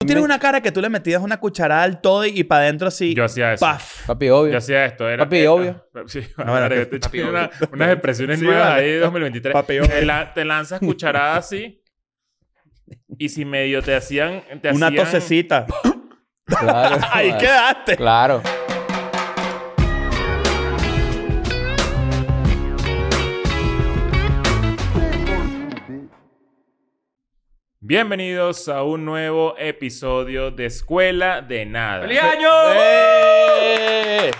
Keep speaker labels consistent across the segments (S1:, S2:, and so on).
S1: Tú tienes una cara que tú le metías una cucharada al todo y para adentro así.
S2: Yo hacía eso.
S1: ¡Paf!
S3: Papi, obvio.
S2: Yo hacía esto. Era,
S3: Papi,
S2: era-
S3: obvio.
S2: Sí,
S1: No, era
S2: verga,
S1: que-
S2: te
S4: papi,
S2: eché
S4: obvio.
S2: una- unas expresiones
S1: Sí,
S2: nuevas
S1: vale.
S2: ahí de 2023.
S1: Papi, obvio.
S2: te, la- te lanzas cucharadas así. Y si medio te hacían... Te
S1: Una
S2: hacían-
S1: tosecita.
S3: Claro.
S1: Ahí
S3: claro.
S1: quedaste.
S3: Claro.
S2: Bienvenidos a un nuevo episodio de Escuela de Nada.
S4: ¡Feliz año!
S1: ¡Eh!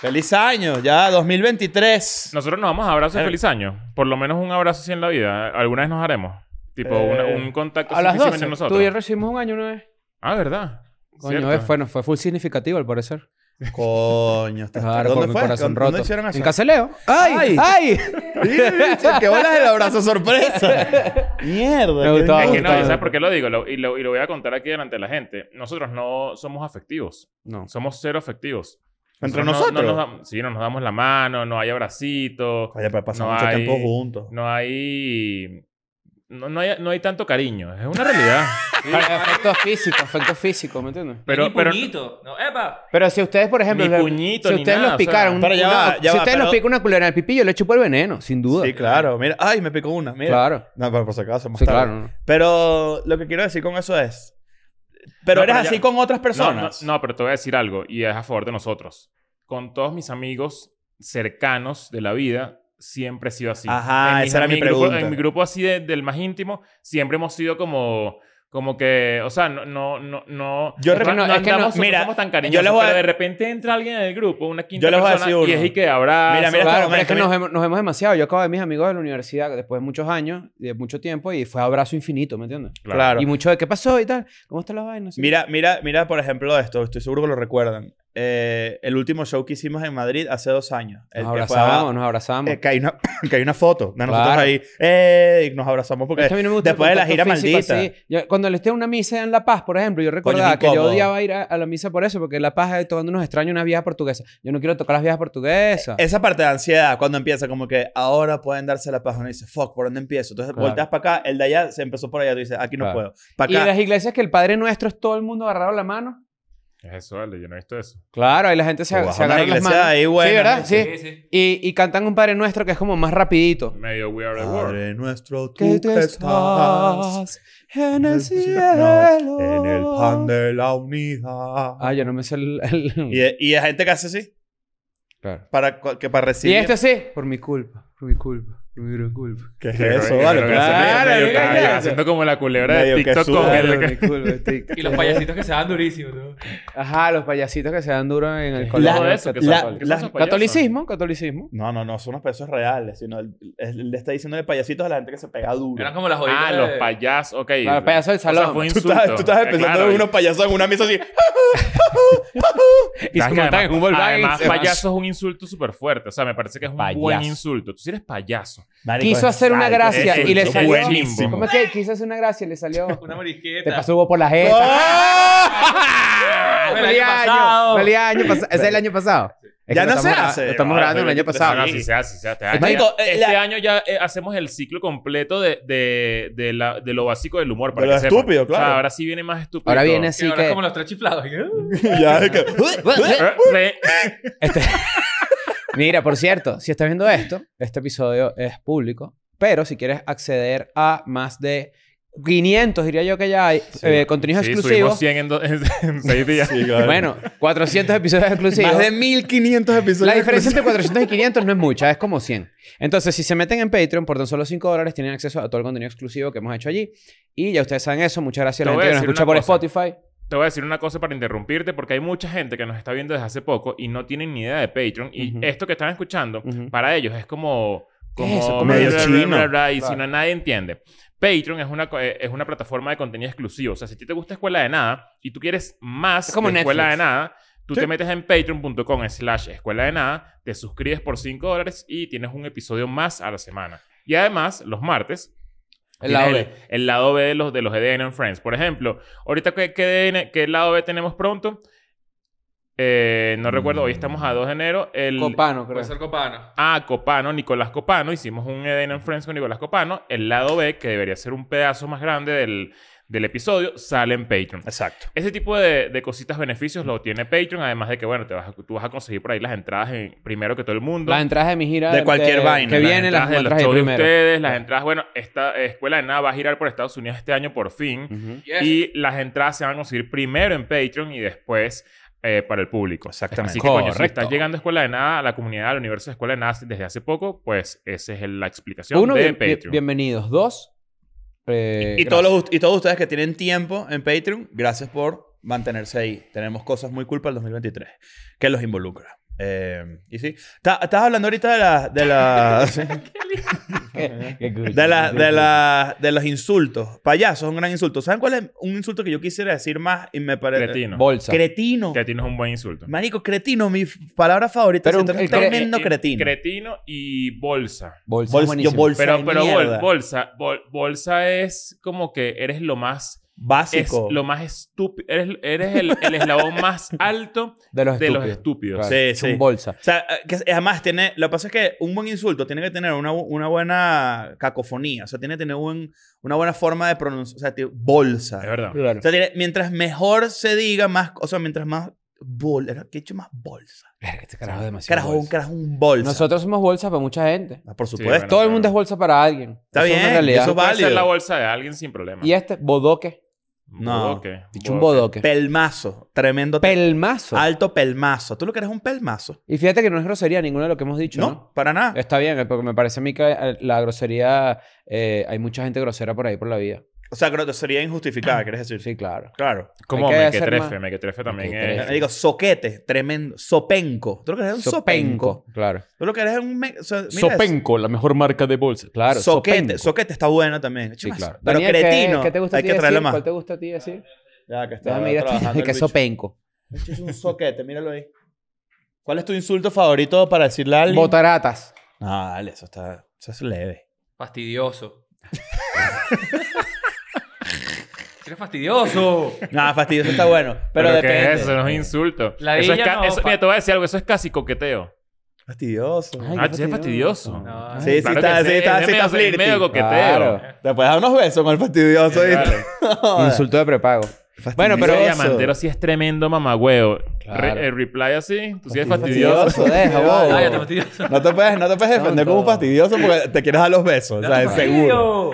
S1: ¡Feliz año! Ya, 2023.
S2: Nosotros nos vamos a abrazos de
S1: Eh.
S2: feliz año. Por lo menos un abrazo así en la vida. Alguna vez nos haremos. Tipo,
S1: Eh,
S2: una- un contacto
S3: A las
S2: así físicamente
S3: 12.
S2: nosotros.
S3: Tú y yo recibimos un año una vez.
S2: Ah, ¿verdad?
S3: Coño,
S2: Cierto.
S3: eh, fue, no, fue full significativo al parecer.
S1: Coño, estás
S3: Claro, con
S1: ¿Dónde
S3: mi
S1: fue?
S3: corazón
S1: ¿Dónde
S3: roto.
S1: hicieron eso?
S3: En Caseleo. ¡Ay! ¡Ay!
S1: ¡Qué bolas el abrazo sorpresa! ¡Mierda!
S3: Me gustaba,
S2: Es
S3: me
S2: que no,
S3: gustaba.
S2: ¿y ¿sabes por qué lo digo? Lo- y, lo, y lo voy a contar aquí delante de la gente. Nosotros no somos afectivos.
S3: No.
S2: Somos cero afectivos.
S1: ¿Entre
S2: no- no
S1: nosotros?
S2: nos dam- sí, no nos damos la mano, no hay abracitos,
S1: Oye, pero pasamos
S2: No
S1: mucho
S2: hay-
S1: tiempo juntos.
S2: no hay... No, no hay... no hay tanto cariño. Es una realidad.
S3: Efectos físicos, efectos físicos, ¿me entiendes?
S2: Pero...
S4: ni
S2: pero
S4: puñito. No, ¡Epa!
S3: Pero si ustedes, por ejemplo,
S2: Ni
S3: le-
S2: puñito,
S3: si
S2: ni
S3: ustedes
S2: nada,
S3: los
S2: o sea.
S3: picaron, un-
S1: Pero ya
S3: una-
S1: va, ya
S3: si
S1: va,
S3: ustedes los
S1: pero-
S3: pican una culera en el pipí, yo le chupo el veneno, sin duda.
S1: Sí, claro. Mira, ¡ay! Me picó una. Mira.
S3: Claro.
S1: No, pero por si acaso. más
S3: Sí,
S1: tarde.
S3: claro. ¿no?
S1: Pero lo que quiero decir con eso es... Pero
S2: No,
S1: eres
S2: pero ya-
S1: así con otras
S2: No,
S1: personas.
S2: no, no, pero te voy a decir algo y es a favor de nosotros. Con todos mis amigos cercanos de la vida, siempre he sido así.
S1: Ajá,
S2: mis-
S1: esa era mi
S2: grupo-
S1: pregunta.
S2: en mi grupo así de- del más íntimo, siempre hemos sido como... Como que, o sea, no, no, no, no.
S1: Yo
S2: no,
S1: recuerdo-
S2: no
S3: es que no-
S2: andamos, no
S1: mira,
S2: somos tan
S1: yo
S2: cariñosos,
S1: les voy a-
S2: pero de repente entra alguien en el grupo, una quinta
S1: Yo les voy a
S2: persona,
S1: decir
S2: y es
S1: uno.
S2: y que abrazo.
S1: Mira, mira,
S3: Claro,
S1: este
S3: pero es que
S1: momento,
S3: nos vemos, nos vemos demasiado. Yo acabo de mis amigos de la universidad después de muchos años, de mucho tiempo, y fue abrazo infinito, ¿me entiendes?
S2: Claro.
S1: Claro.
S3: Y mucho de qué pasó y tal. ¿Cómo está la vaina? Sí.
S1: Mira, mira, mira, por ejemplo, esto, estoy seguro que lo recuerdan. Eh, el último show que hicimos en Madrid hace dos años. El
S3: Nos
S1: que fue
S3: abrazamos,
S1: a-
S3: nos abrazamos.
S1: eh, que, hay una, que hay una foto de nosotros
S3: Claro.
S1: ahí. Eh, y nos abrazamos porque
S3: Es que a mí no me gusta el
S1: después de la
S3: contacto
S1: gira
S3: físico
S1: maldita.
S3: así. Yo- cuando le esté a una misa en La Paz, por ejemplo, yo recordaba
S1: es
S3: que yo
S1: incómodo.
S3: odiaba ir a, a la misa por eso, porque en La Paz eh, es tocando unos extraños una vieja portuguesa. Yo no quiero tocar las viejas portuguesas.
S1: esa parte de ansiedad, cuando empieza como que ahora pueden darse la paz, uno dice, fuck, ¿por dónde empiezo? Entonces
S3: Claro.
S1: volteas para acá, el de allá se empezó por allá, tú dices, aquí no
S3: Claro.
S1: puedo. Para
S3: y
S1: acá.
S3: las iglesias que el Padre Nuestro es todo el mundo agarrado la mano.
S2: Es eso, Ale, yo no he visto eso.
S3: Claro, ahí la gente se,
S1: O vas
S3: se
S1: a una
S3: agarra las
S1: iglesia
S3: manos.
S1: ahí,
S3: sí,
S1: buena,
S3: ¿verdad?
S1: ¿no?
S3: Sí. Y, y cantan un Padre Nuestro que es como más rapidito.
S2: Medio We Are the World.
S1: Padre nuestro, tú
S3: que
S1: que
S3: tú
S1: estás
S3: estás en el cielo.
S1: cielo, en el pan de la unidad.
S3: Ah, yo no me sé el... el-
S1: Y, y hay gente que hace así.
S3: Claro.
S1: Para, cu- que para
S3: Y este
S1: recibir.
S3: esto sí. Por mi culpa, por mi culpa, por mi gran culpa.
S1: ¿Qué es
S2: Yo creo-
S1: eso? pues,
S2: yo
S1: Vale,
S2: creo que
S1: pero-
S2: hace medio-
S3: Claro,
S2: medio
S3: mira,
S2: ca-
S3: mira.
S2: Haciendo como la culebra de
S1: Medio que
S2: TikTok con
S1: sube.
S2: el
S3: Claro,
S2: que-
S3: mi culpa, tic.
S4: Y los payasitos que se dan durísimos, ¿no?
S3: Ajá, los payasitos que se dan duros en el
S2: La-
S3: colegio.
S2: Todo eso, que son-
S1: la-
S2: que son
S1: la-
S2: esos payasos.
S3: catolicismo, catolicismo.
S1: No, no, no, son unos pesos reales. Sino el- el- le está diciendo de payasitos a la gente que se pega duro.
S4: Eran como las joyitas.
S2: Ah, los
S4: de-
S2: payasos, ok.
S3: Claro, payaso del salón.
S2: O sea, fue un
S1: Tú
S2: insulto.
S1: estabas, tú estabas
S2: Eh,
S1: pensando
S2: claro,
S1: en
S2: y-
S1: unos payasos en una misa así.
S3: Y se
S2: sabes que
S3: montan en
S2: además,
S3: un Volkswagen y
S2: además
S3: se van.
S2: payaso es un insulto súper fuerte. O sea, me parece que es un
S3: Payaso.
S2: buen insulto. Tú sí eres payaso.
S3: Quiso hacer una gracia
S2: es
S3: y le
S2: un
S3: salió.
S2: buenísimo.
S3: ¿Cómo es que quiso hacer una gracia y le salió?
S4: Una marisqueta.
S3: Te pasó hubo por la jeta.
S4: Ah, el
S3: ¡Feliz
S4: año
S3: año!
S4: pasado.
S3: ¡Feliz año! pas- ¿Ese es el año pasado? Es
S1: Ya
S3: que
S1: no
S3: lo
S1: se
S3: estamos-
S1: hace.
S3: Lo estamos
S1: Ahora,
S3: grabando el año
S1: pero-
S2: No,
S3: pasado.
S2: no,
S1: Sí.
S2: sí se hace, sí se hace. Este
S1: Marico,
S2: año-
S1: eh,
S2: este
S1: la-
S2: año ya eh, hacemos el ciclo completo de, de, de, la- de lo básico del humor. Para
S1: De lo
S2: que sepan.
S1: estúpido,
S2: O sea,
S1: claro.
S2: ahora sí viene más estúpido.
S3: Ahora
S2: y todo.
S3: viene
S4: Sí,
S3: así
S4: ahora es
S3: que...
S4: como los tres chiflados. ¿eh?
S1: Ya, es que-
S2: Eh,
S3: Este- Mira, por cierto, si estás viendo esto, este episodio es público, pero si quieres acceder a más de 500, diría yo que ya hay, eh, contenidos
S2: Sí, subimos
S3: exclusivos.
S2: 100 en, do- en- en seis días.
S1: Sí, claro.
S3: Bueno, 400 episodios exclusivos.
S1: Más de 1500 episodios.
S3: La diferencia entre 400 y 500 no es mucha, es como 100. Entonces, si se meten en Patreon, por tan solo 5 dólares tienen acceso a todo el contenido exclusivo que hemos hecho allí. Y ya ustedes saben eso. Muchas gracias a
S2: Te
S3: la
S2: voy
S3: gente que
S2: a
S3: nos
S2: decir
S3: escucha
S2: una
S3: por
S2: cosa.
S3: Spotify.
S2: Te voy a decir una cosa para interrumpirte, porque hay mucha gente que nos está viendo desde hace poco y no tienen ni idea de Patreon. Y
S3: Ujú.
S2: esto que están escuchando,
S3: Ujú.
S2: para ellos es como.
S3: ¿Qué
S2: como
S3: es eso? Como
S1: medio
S2: bla, bla,
S1: chino.
S2: bla, bla, y si
S3: Claro.
S2: no, nadie entiende. Patreon es una, co- eh, es una plataforma de contenido exclusivo. O sea, si a ti te gusta Escuela de Nada y tú quieres más
S3: Es como
S2: de Escuela de
S3: Netflix.
S2: Nada, tú
S1: Sí.
S2: te metes en patreon.com slash Escuela de Nada, te suscribes por 5 dólares y tienes un episodio más a la semana. Y además, los martes,
S3: El
S2: Tienes
S3: lado B.
S2: El, lado B de los, de los E EDN and Friends. Por ejemplo, ahorita, ¿qué, qué, DN qué lado B tenemos pronto? Eh, no recuerdo, hoy estamos a 2 de enero. El,
S3: Copano, creo.
S4: Puede ser copano.
S2: Ah, Copano, E Nicolás Copano. Hicimos un EDN and Friends con Nicolás Copano. El lado B, que debería ser un pedazo más grande del, del episodio sale en Patreon.
S1: Exacto.
S2: Ese tipo de, de cositas, beneficios lo tiene Patreon, además de que, bueno, te vas a- tú vas a conseguir por ahí las entradas en- primero que todo el mundo.
S3: Las entradas de mi gira.
S1: De cualquier vaina,
S3: Que
S1: las
S3: vienen las
S2: de los
S3: entradas
S2: shows de
S3: primero. Ah.
S2: ustedes, las entradas, bueno, esta eh, escuela de nada va a girar por Estados Unidos este año por fin.
S4: Yes.
S2: Y las entradas se van a conseguir primero en Patreon y después eh, para el público.
S1: Exactamente.
S2: Así que, coño, si
S3: Correcto.
S2: estás llegando a Escuela de Nada, a la comunidad, al universo de Escuela de Nada desde hace poco, pues esa es el- la explicación
S3: Uno,
S2: de
S3: bien- bien-
S2: Patreon.
S3: bienvenidos. Dos, eh,
S1: Y todos, los, y todos ustedes que tienen tiempo en Patreon, gracias por mantenerse ahí. Tenemos cosas muy cool para el 2023 que los involucra. Eh, y sí. Ta- Estabas hablando ahorita de la, de la,
S3: gracias. Qué cool.
S1: de, la- de la- de los insultos. Payaso es un gran insulto. ¿Saben cuál es un insulto que yo quisiera decir más y me parece
S2: Cretino.
S3: Bolsa.
S1: Cretino.
S2: Cretino es un buen insulto.
S1: Marico, cretino, mi f- palabra favorita.
S3: Pero
S1: Pero
S3: un-
S1: un
S3: el cre-
S1: tremendo
S2: Eh, eh,
S1: cretino.
S2: Cretino y bolsa.
S3: bolsa.
S1: Bolsa-
S3: es buenísimo.
S1: yo bolsa
S2: Pero,
S1: de
S2: pero bol-
S1: mierda.
S2: bolsa, bol- bolsa es como que eres lo más, es
S1: Básico.
S2: lo más estúpido, eres, eres el, el eslabón más alto
S3: De los
S2: de
S3: estúpidos.
S2: los estúpidos.
S3: Claro.
S1: Sí,
S3: Es un
S1: sí.
S3: bolsa.
S1: O sea, eh, que además tiene, lo que pasa es que un buen insulto tiene que tener una, bu- una buena cacofonía, o sea, tiene que tener un- una buena forma de pronunciar, o sea, tío, bolsa.
S2: Es verdad.
S1: O sea, tiene- mientras mejor se diga, más, o sea, mientras más bol, era- ¿qué he hecho más bolsa?
S3: Verga, este carajo es demasiado
S1: Carajo, un
S3: bolsa.
S1: carajo, un bolsa.
S3: Nosotros somos bolsas para mucha gente.
S1: Ah, por
S2: Sí,
S1: supuesto.
S2: bueno,
S3: Todo el
S2: claro.
S3: mundo es bolsa para alguien.
S1: Está
S3: Eso es una
S1: bien,
S3: realidad.
S1: eso
S2: Puede ser
S1: válido.
S2: la bolsa de alguien sin problema.
S3: Y este, bodoque.
S1: No.
S2: Bodoque,
S3: Dicho un
S2: bodoque.
S3: bodoque.
S1: Pelmazo, tremendo. te-
S3: Pelmazo.
S1: Alto pelmazo. ¿Tú lo que eres un pelmazo?
S3: Y fíjate que no es grosería ninguno de lo que hemos dicho,
S1: No,
S3: ¿no?
S1: para nada.
S3: Está bien, eh, porque me parece a mí que eh, la grosería... eh, hay mucha gente grosera por ahí por la vida.
S1: O sea, creo que sería injustificada, quieres decir.
S3: Sí, claro.
S1: Claro.
S2: Como
S3: Hay que hacer
S2: mequetrefe.
S3: más.
S2: Mequetrefe también
S3: Mequetrefe.
S2: es...
S1: Le digo, soquete, tremendo. Sopenco. ¿Tú lo que eres un sopenco?
S3: Claro.
S1: Tú lo que eres es un... me- o sea, mira eso.
S3: Sopenco, la mejor marca de bolsa. Claro,
S1: soquete.
S3: Sopenco.
S1: Soquete está bueno también.
S3: Sí, claro.
S1: Pero
S3: Daniel, ¿qué-
S1: cretino.
S3: ¿qué, te gusta a
S1: hay
S3: ti
S1: que traerle
S3: decir?
S1: más.
S3: ¿Cuál te gusta a ti decir?
S1: Ya que está
S3: Déjame ir hasta
S1: trabajando el
S3: que
S1: bicho.
S3: sopenco.
S1: Este es un soquete, míralo ahí. ¿Cuál es tu insulto favorito para decirle a alguien?
S3: Botaratas.
S1: No, dale, eso está... Eso es leve.
S4: Fastidioso. Eres fastidioso.
S1: Nada, fastidioso está bueno. Pero,
S2: Pero,
S1: depende.
S2: ¿qué es eso? No es insulto.
S4: La
S2: eso es
S4: villa
S2: ca-
S4: no,
S2: eso-
S4: pa-
S2: mira, te voy a decir algo. Eso es casi coqueteo.
S1: Fastidioso.
S3: Ay,
S2: ah,
S3: qué
S2: sí, es
S3: fastidioso.
S2: fastidioso.
S4: No,
S1: Sí, sí,
S2: Claro
S1: está,
S2: que
S1: sí,
S2: es
S1: está, sí,
S2: medio-
S1: está flirty.
S2: Es medio coqueteo.
S3: Claro.
S1: Te puedes dar unos besos con el fastidioso.
S2: Sí,
S1: ¿viste?
S2: claro.
S1: Joder.
S3: Insulto de prepago.
S2: Pero
S3: Bueno, Pero
S2: el
S3: eso-
S2: diamantero sí es tremendo mamagüeo.
S3: Claro.
S2: Re- el reply así, tú sí eres
S1: Fastidioso.
S2: fastidioso.
S3: Fastidioso, deja, bobo.
S4: Cállate, fastidioso.
S1: No te puedes, no te puedes defender
S3: Tonto.
S1: como un fastidioso porque te quieres dar los besos. O sea, es seguro.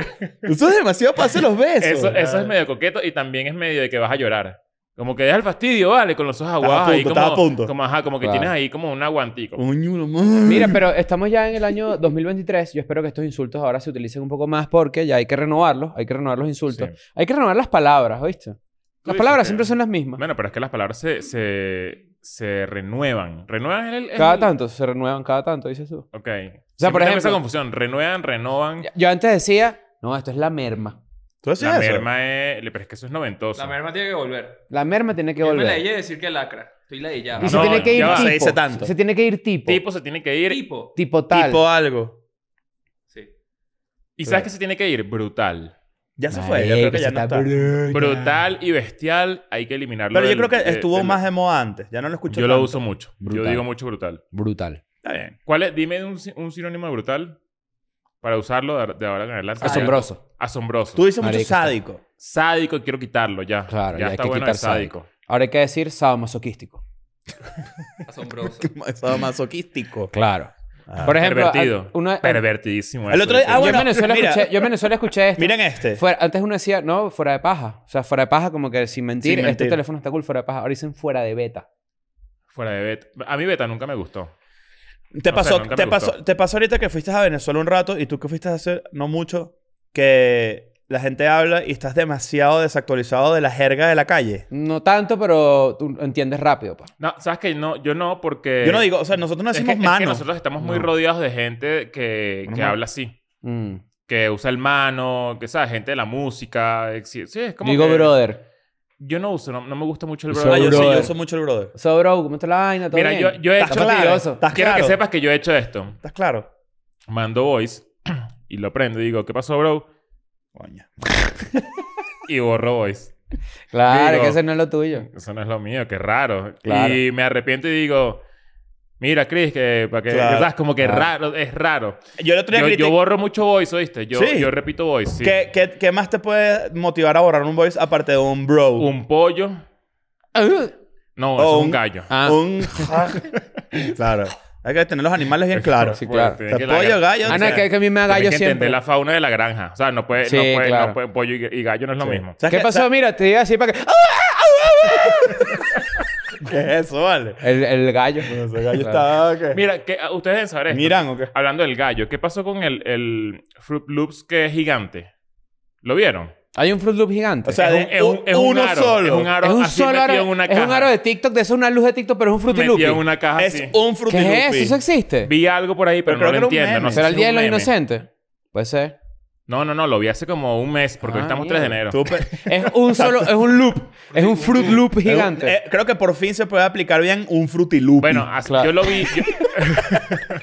S1: Tú sos demasiado para hacer los besos.
S2: Eso, eso es medio coqueto y también es medio de que vas a llorar. Como que deja el fastidio, vale, con los ojos
S1: Estaba a
S2: aguados. ahí
S1: punto,
S2: como,
S1: estaba a punto.
S2: Como, ajá, como que
S3: Claro.
S2: tienes ahí como un aguantico.
S1: Coño, la madre.
S3: Mira, pero estamos ya en el año 2023. Yo espero que estos insultos ahora se utilicen un poco más porque ya hay que renovarlos. Hay que renovar los insultos.
S2: Sí.
S3: Hay que renovar las palabras, ¿oíste? Las
S2: dices
S3: palabras
S2: que-
S3: siempre son las mismas.
S2: Bueno, pero es que las palabras se, se, se renuevan. ¿Renuevan es el...? es
S3: Cada
S2: el-
S3: tanto, se renuevan cada tanto, dices tú.
S2: Ok.
S3: O sea, por
S2: Siempre tengo esa
S3: ejemplo-
S2: confusión. Renuevan, renovan.
S3: Yo antes decía, no, esto es la merma.
S1: ¿Tú
S3: pues,
S1: haces
S2: la
S1: eso?
S2: merma es... Pero es que eso es noventoso.
S4: La merma tiene que volver.
S3: La merma tiene que
S4: Yo me la
S3: volver.
S4: dejé decir que lacra. Estoy
S3: Y
S1: Ah,
S4: ladillado.
S2: No,
S3: se tiene que ir
S2: ya va.
S3: tipo.
S1: Se dice tanto.
S3: Se tiene que ir tipo. Tipo,
S2: tipo se tiene que ir.
S4: Tipo.
S3: tal.
S1: Tipo algo.
S4: Sí.
S2: ¿Y
S1: Claro.
S2: sabes qué se tiene que ir? Brutal.
S1: Ya se fue. Yo creo que ya no está.
S2: Brutal y bestial hay que eliminarlo.
S1: Pero yo
S2: del-
S1: creo que
S2: de-
S1: estuvo
S2: Eh, del-
S1: más de moda antes. Ya no lo escucho
S2: Yo lo
S1: tanto.
S2: uso mucho. Yo
S3: Brutal.
S2: digo mucho brutal.
S3: Brutal.
S1: Está bien.
S2: ¿Cuál es? Dime un, si- un sinónimo de brutal para usarlo de, de ahora en adelante.
S3: Ah, Asombroso.
S2: Asombroso.
S1: Tú dices mucho
S3: Marico,
S1: sádico.
S2: Sádico, quiero quitarlo ya.
S3: Claro,
S2: ya,
S3: ya hay
S2: está
S3: que
S2: bueno
S3: quitar
S2: de sádico.
S3: Ahora hay que decir sadomasoquístico.
S4: Asombroso.
S1: Estaba masoquístico.
S3: Claro.
S1: Ah.
S3: Por ejemplo,
S2: Pervertido.
S3: a- una-
S2: Pervertidísimo.
S1: El
S2: eso,
S1: otro día-
S2: ¿viste?
S1: ah,
S3: yo,
S1: bueno,
S3: en Venezuela
S1: mira.
S3: escuché, yo en Venezuela escuché esto.
S1: Miren este.
S3: Fuera- antes uno decía, no, fuera de paja. O sea, fuera de paja, como que sin mentir,
S1: Sin
S3: este
S1: mentir.
S3: teléfono está cool, fuera de paja. Ahora dicen fuera de beta.
S2: Fuera de beta. A mí beta nunca me gustó.
S1: ¿Te
S2: no sé,
S1: pasó,
S2: nunca
S1: te,
S2: me
S1: pasó,
S2: gustó.
S1: te pasó ahorita que fuiste a Venezuela un rato y tú que fuiste hace no mucho que la gente habla y estás demasiado desactualizado de la jerga de la calle?
S3: No tanto, pero tú entiendes rápido, pues. pa.
S2: No, sabes que no, yo no porque...
S1: Yo no digo, o sea, nosotros no
S2: Eh, es que,
S1: decimos
S2: es que
S1: mano.
S2: nosotros estamos muy
S3: No.
S2: rodeados de gente que, que
S1: Menos mal.
S2: habla así.
S3: Mm.
S2: Que usa el mano, que sabes, gente de la música. ex- Sí, es como
S3: Digo,
S2: que-
S3: brother.
S2: Yo no uso, no, no me gusta mucho el
S3: Uso
S1: Ah,
S2: brother.
S1: yo, sí,
S3: brother.
S1: yo uso mucho el brother.
S3: So, bro, ¿cómo está la vaina? ¿Todo
S2: Mira,
S3: bien?
S2: yo, yo he
S1: ¿Estás
S2: hecho...
S3: claro?
S1: claro? ¿Estás
S2: Quiero que
S1: claro?
S2: sepas que yo he hecho esto.
S1: ¿Estás claro?
S2: Mando voice y lo prendo y digo, ¿qué pasó, bro?
S1: Coño.
S2: Y borro voice.
S3: Claro,
S2: Digo-
S3: que ese no es lo tuyo.
S2: Eso no es lo mío, qué raro.
S3: Claro.
S2: Y me arrepiento y digo, Mira, Chris, que para que
S1: Claro.
S2: ¿sabes? como que
S3: Ah.
S2: raro, es raro.
S1: Yo el otro día
S2: Yo,
S1: critiqué-
S2: yo borro mucho voice, ¿oíste? Yo,
S1: Sí.
S2: yo repito voice. sí.
S1: ¿Qué, qué, qué más te puede motivar a borrar un voice aparte de un bro?
S2: Un pollo. No,
S1: O
S2: eso es
S1: un-
S2: un gallo.
S3: Ah.
S1: Un- claro. Hay que tener los animales bien claros.
S3: Sí,
S2: Pues,
S3: claro.
S2: tienes
S1: Te
S2: que
S1: pollo,
S2: la-
S1: gallo. o
S3: Ana,
S1: sea,
S3: que, que a mí me da
S2: tienes
S3: gallo
S2: que
S3: siempre.
S2: entender la fauna de la granja. O sea, no puede,
S3: Sí,
S2: no puede,
S3: claro.
S2: no puede- pollo y, y gallo no es lo mismo.
S1: ¿sabes
S3: ¿Qué pasó?
S1: ¿sabes
S3: Mira, te iba a decir para que... ¡Ah!
S1: ¿Qué es eso, vale?
S3: El, el gallo.
S1: Bueno, ese gallo está... ¿qué?
S2: Mira, que, ah, ustedes deben saber esto.
S1: ¿Miran o qué?
S2: Hablando del gallo, ¿qué pasó con el, el Fruit Loops que es gigante? ¿Lo vieron?
S3: Hay un Fruit Loop gigante.
S1: O sea,
S2: es
S1: de
S2: un, es un- es un
S1: uno
S2: aro,
S1: solo.
S2: Es un aro
S3: es un
S2: así
S3: solo
S2: metido
S3: aro,
S2: en una
S3: es
S2: caja.
S3: un aro de TikTok, de eso es una luz de TikTok, pero es un Fruity Loop.
S2: metido en una caja
S1: es
S2: así.
S1: un frutti
S3: ¿Qué es eso? ¿Eso existe?
S2: Vi algo por ahí, pero,
S1: Pero creo
S2: no
S1: que
S2: lo
S1: era un
S2: entiendo.
S1: meme.
S2: No sé
S3: ¿Será
S2: si
S3: el Día
S2: es
S3: de
S2: un
S3: los
S2: meme.
S3: Inocentes? Puede ser.
S2: No, no, no. Lo vi hace como un mes, porque
S3: Ah,
S2: hoy estamos 3 de
S3: mierda.
S2: enero.
S3: Es un solo, es un loop. Es un Fruit Loop gigante.
S1: Eh, creo que por fin se puede aplicar bien un frutilupi.
S2: Bueno, as-
S3: Claro.
S2: yo lo vi. Yo,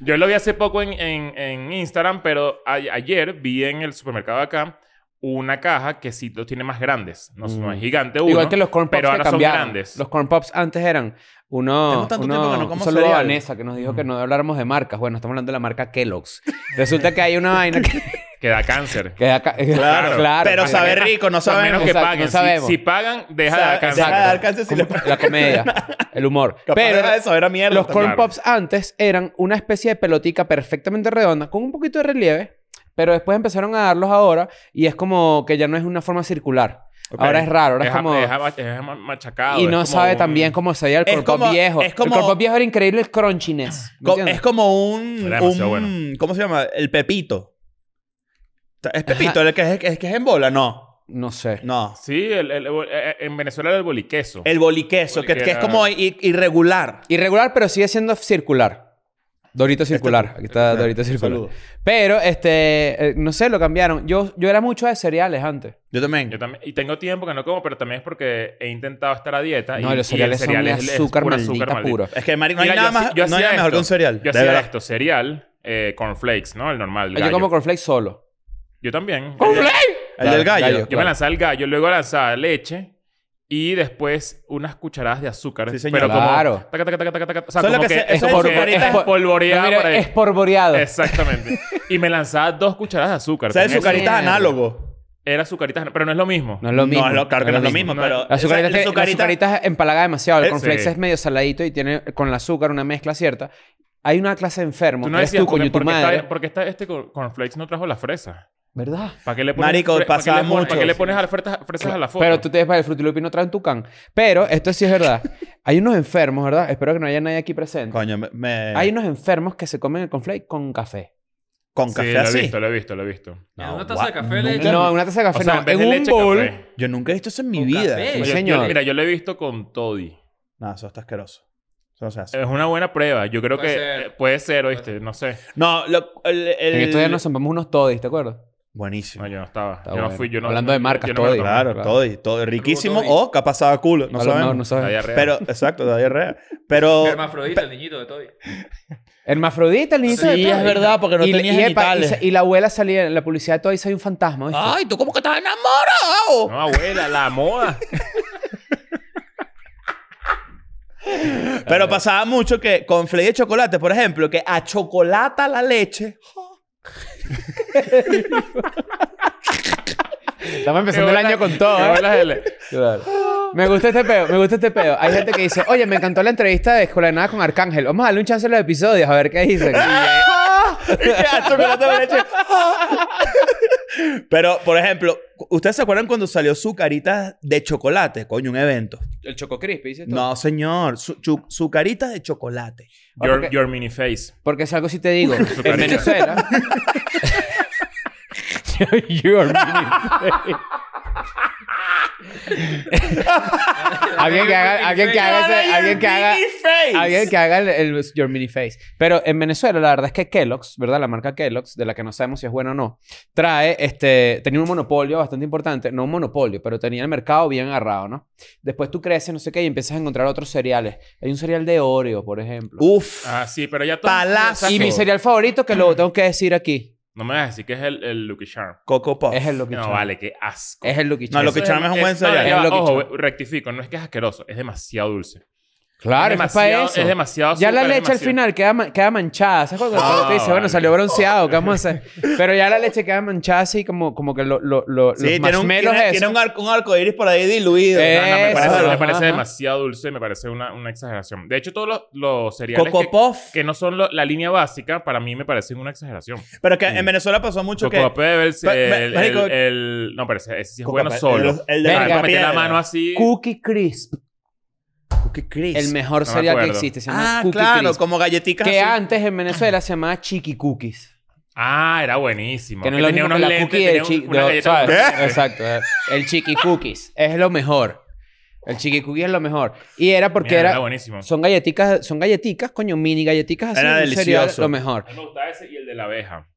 S2: yo lo vi hace poco en, en- en Instagram, pero a- ayer vi en el supermercado de acá una caja que sí los tiene más grandes. No, es- no es gigante uno.
S3: Mm. Igual que los Corn Pops
S2: pero
S3: que
S2: ahora son
S3: cambiaron.
S2: grandes.
S3: Los Corn Pops antes eran uno...
S1: Tengo tanto
S3: uno-
S1: tiempo que no como
S3: un saludo a
S1: cereal.
S3: Vanessa que nos dijo que no habláramos de marcas. Bueno, estamos hablando de la marca Kellogg's. Resulta que hay una vaina que...
S2: Que da cáncer.
S3: que da ca-
S1: Claro, pero
S3: Imagínate.
S1: sabe rico, no
S2: A
S1: sabe...
S2: menos
S3: Exacto,
S2: que paguen.
S3: no
S2: Si-
S3: sabemos.
S2: si, pagan, deja de
S1: Sabe-
S2: dar cáncer.
S1: deja de dar cáncer si le
S3: Como la comedia, el humor.
S1: Capaz
S3: Pero
S1: deja de saber a mierda
S3: los corn
S1: también.
S3: pops antes eran una especie de pelotica perfectamente redonda con un poquito de relieve, pero después empezaron a darlos ahora y es como que ya no es una forma circular.
S1: Ok.
S3: Ahora es raro, ahora es,
S2: Deja-
S3: como
S2: deja ma- deja ma- machacado.
S3: y
S2: es
S3: no
S2: como
S3: sabe
S2: un-
S3: también cómo sabía el
S1: Es
S3: corn pop
S1: como-
S3: viejo.
S1: es
S3: El corn
S1: como-
S3: pop viejo era increíble el crunchiness. ¿me
S1: Co-
S3: entiendes?
S1: es como un,
S2: Era
S1: un-
S2: demasiado bueno.
S1: ¿Cómo se llama? El Pepito. Ta- ¿Es Pepito el que es, es que es en bola? No.
S3: No sé.
S1: No.
S2: Sí, el- el- el- eh, en Venezuela era el boliqueso.
S1: El boliqueso, que, que es
S2: Boliquera.
S1: como i- irregular.
S3: Irregular, pero sigue siendo circular. Dorito circular. Aquí está Dorito circular.
S1: este Saludo.
S3: Pero, este, eh, no sé, lo cambiaron. Yo, yo era mucho de cereales antes.
S1: Yo también.
S2: Yo también, y tengo tiempo que no como, pero también es porque he intentado estar a dieta.
S3: No,
S2: Ah, y,
S3: los
S2: y
S3: cereales
S2: el
S3: son
S2: cereal
S3: de
S2: es- es
S3: azúcar
S2: pura
S3: maldita
S2: maldita.
S3: puro.
S1: es que, marico, no hay
S2: Mira,
S1: nada,
S2: yo
S1: más,
S2: hac- yo
S1: no hay
S2: hacía
S1: nada mejor que un
S2: esto.
S1: cereal.
S2: Yo
S1: de
S2: hacía
S1: verdad.
S2: esto, cereal, eh, con flakes, ¿no? El normal.
S3: Yo
S2: gallo.
S3: como cornflakes solo.
S2: Yo también.
S1: El del gallo.
S2: Yo me lanzaba el gallo, luego lanzaba leche y después unas cucharadas de azúcar.
S1: Sí, señor.
S2: Pero como...
S3: Claro.
S2: taca, taca, taca, taca, taca, O sea,
S1: Eso es lo
S2: como
S1: que
S2: que,
S1: se- eso es
S2: como
S1: lo
S2: que
S1: que ahorita
S2: es
S1: es-
S2: polvoreado por ahí.
S3: es porboreado.
S2: Exactamente. y me lanzaba dos cucharadas de azúcar.
S1: O sea,
S2: Con
S1: su
S2: eso
S1: carita
S3: mierda.
S1: es análogo.
S2: Era azucarita, pero no es lo mismo.
S3: No es lo mismo.
S1: No, lo- claro que no es lo mismo,
S2: mismo.
S1: pero...
S3: La azucarita,
S1: esa-
S3: te- la
S1: azucarita-
S3: azucarita es empalagada demasiado. El
S1: Eh,
S3: cornflakes
S2: sí.
S3: es medio saladito y tiene con el azúcar una mezcla cierta. Hay una clase de enfermo.
S2: Tú no
S3: eres
S2: decías,
S3: tú, coño,
S2: porque,
S3: tu
S2: porque,
S3: madre.
S2: está, porque está este con- cornflakes no trajo la fresa.
S3: ¿Verdad?
S2: ¿Para qué le pones,
S1: Marico,
S2: fre- ¿para qué le
S1: pasaba
S2: pones-
S1: mucho.
S2: ¿Para qué le pones al- fresas, fresas a la foto?
S3: Pero tú te ves para el Fruity Loop y no traen tu can. Pero esto sí es verdad. Hay unos enfermos, ¿verdad? Espero que no haya nadie aquí presente.
S1: Coño, me- me...
S3: Hay unos enfermos que se comen el cornflake con café.
S1: Con
S2: Sí,
S1: café
S2: lo he
S1: así.
S2: visto, lo he visto, lo he visto.
S4: En
S1: No,
S4: una taza de
S1: gua-
S4: café le
S1: nunca-
S4: echan-
S3: No, en una taza de café
S2: O sea,
S3: no.
S2: en vez
S3: En
S2: de
S3: un
S2: leche,
S3: bowl.
S2: café.
S1: Yo nunca he visto eso en mi
S4: Con
S1: vida.
S4: café.
S2: Yo-
S3: Sí,
S2: yo-
S3: señor.
S2: mira, yo lo he visto con toddy.
S1: No, eso está asqueroso. Eso no se hace.
S2: Es una buena prueba. Yo creo
S4: Puede
S2: que
S4: ser.
S2: eh, puede ser, ¿oíste? No sé.
S1: No, lo, el, el-
S3: En estos días nos zampamos unos toddies, ¿te acuerdas?
S1: Buenísimo.
S2: No, yo no estaba.
S3: Está
S2: yo no
S3: bueno.
S2: fui. Yo no,
S3: Hablando de marcas,
S2: yo no me lo
S3: toddy.
S2: tomé.
S1: Claro,
S3: Claro.
S1: todo y todo. Riquísimo
S4: todo y-
S1: o capaz sabe culo. No
S3: A lo
S1: sabemos.
S3: mejor no
S2: La
S3: sabes.
S2: diarrea.
S1: Pero, exacto, da diarrea. Pero...
S4: Hermafrodita, el niñito de Toby.
S3: Hermafrodita, el niñito
S4: Sí,
S3: de
S4: es
S3: Toys.
S1: verdad, porque no
S3: y,
S1: tenías
S3: y, epa,
S1: genitales.
S3: y se- y la abuela salía en la publicidad de Toys hay un fantasma, ¿viste?
S1: tú como que estás enamorado.
S2: No, abuela, la moda.
S1: Pero pasaba mucho que con flake de chocolate, por ejemplo, que a chocolate la leche.
S3: Estamos empezando el año con todo,
S2: Qué
S3: ¿eh?
S2: bolas el-
S3: Claro. Me gusta este peo, me gusta este peo. Hay gente que dice, oye, me encantó la entrevista de Escuela de Nada con Arcángel. Vamos a darle un chance a los episodios a ver qué dicen.
S1: eh. Que a chocolate la leche. Pero, por ejemplo, ¿ustedes se acuerdan cuando salió su carita de chocolate? Coño, un evento.
S3: El Choco Crispy, dice
S1: No, señor. Su, chu- su carita de chocolate.
S2: Your,
S3: Ok.
S2: your mini face.
S3: Porque si algo sí te digo, en
S2: carita.
S3: Venezuela... You are mean. Alguien que haga- alguien que haga ese- alguien que haga- Alguien que haga el, el- Your Mini Face. Pero en Venezuela, la verdad es que Kellogg's, ¿verdad? La marca Kellogg's, de la que no sabemos si es buena o no, trae, este, tenía un monopolio bastante importante. No un monopolio, pero tenía el mercado bien agarrado, ¿no? Después tú creces, no sé qué, y empiezas a encontrar otros cereales. Hay un cereal de Oreo, por ejemplo.
S1: Uf.
S2: Ah, sí, pero ya todo.
S1: Palazo.
S3: y mi cereal favorito, que lo tengo que decir aquí,
S2: No me vas a decir que es el, el Lucky Charm.
S1: Coco Pop.
S3: es el Lucky
S2: No,
S3: Charm.
S2: vale, qué asco.
S3: Es el Lucky
S1: No,
S3: Charm.
S1: Lucky Charm es un buen
S2: no,
S1: cereal.
S2: ya
S3: Es
S2: va,
S3: Lucky
S2: ojo,
S3: Charm.
S2: rectifico, no es que es asqueroso, es demasiado dulce.
S3: Claro,
S2: es
S3: eso es para
S2: demasiado,
S3: eso.
S2: es demasiado
S3: ya la
S2: azúcar, es
S3: leche
S2: demasiado-
S3: al
S2: Ah,
S3: final queda, ma- queda manchada. ¿Sabes cuando cuando te dice,
S2: vale.
S3: bueno, salió bronceado, ¿qué vamos a hacer? Pero ya la leche queda manchada así como, como que lo, lo, lo,
S1: Sí,
S3: los
S1: tiene un,
S3: marshmallows
S1: tiene,
S3: esos.
S1: tiene un, arco, un arco iris por ahí diluido.
S3: Eh,
S2: No, no, me parece,
S1: Eso,
S2: me
S1: ajá,
S2: parece
S3: ajá.
S2: demasiado dulce, me parece una, una exageración. De hecho, todos los, los cereales
S1: Coco
S2: que,
S1: Puff.
S2: que no son lo- la línea básica, para mí me parecen una exageración.
S1: Pero que
S3: Mm.
S1: en Venezuela pasó mucho que...
S2: Coco Pebbles,
S1: Pa-
S2: el,
S1: ma-
S2: el,
S1: marico-
S2: el- No, pero ese, ese sí es
S1: Coco
S2: bueno
S1: Pe-
S2: solo.
S1: el- el de
S3: la
S2: Para meter la
S1: piedra.
S2: mano así...
S3: Cookie Crisp.
S1: Cookie Crisp.
S3: El mejor
S2: No me
S3: cereal que
S2: acuerdo.
S3: existe. Se llama
S1: Ah,
S3: Cookie
S1: claro,
S3: Crisp.
S1: como galletitas
S3: Que
S1: así.
S3: antes en Venezuela se llamaba Chiqui Cookies.
S2: Ah, era buenísimo.
S3: Que no
S2: Que
S3: es lo
S2: tenía
S3: mismo que
S2: unos
S3: la
S2: lentes,
S3: cookie del
S2: tenía un-
S3: chiqui...
S2: una
S3: de-
S2: galleta...
S3: ¿sabes?
S2: con-
S3: Exacto. eh. El chiqui cookies. Es lo mejor. El chiqui cookie es lo mejor. Y era porque
S2: Mierda,
S3: era...
S2: Era buenísimo.
S3: Son galletitas, son galletitas, coño, mini galletitas así.
S1: Era
S3: un cereal,
S1: delicioso.
S3: Lo mejor.
S2: A mí me gustaba ese y el de la abeja.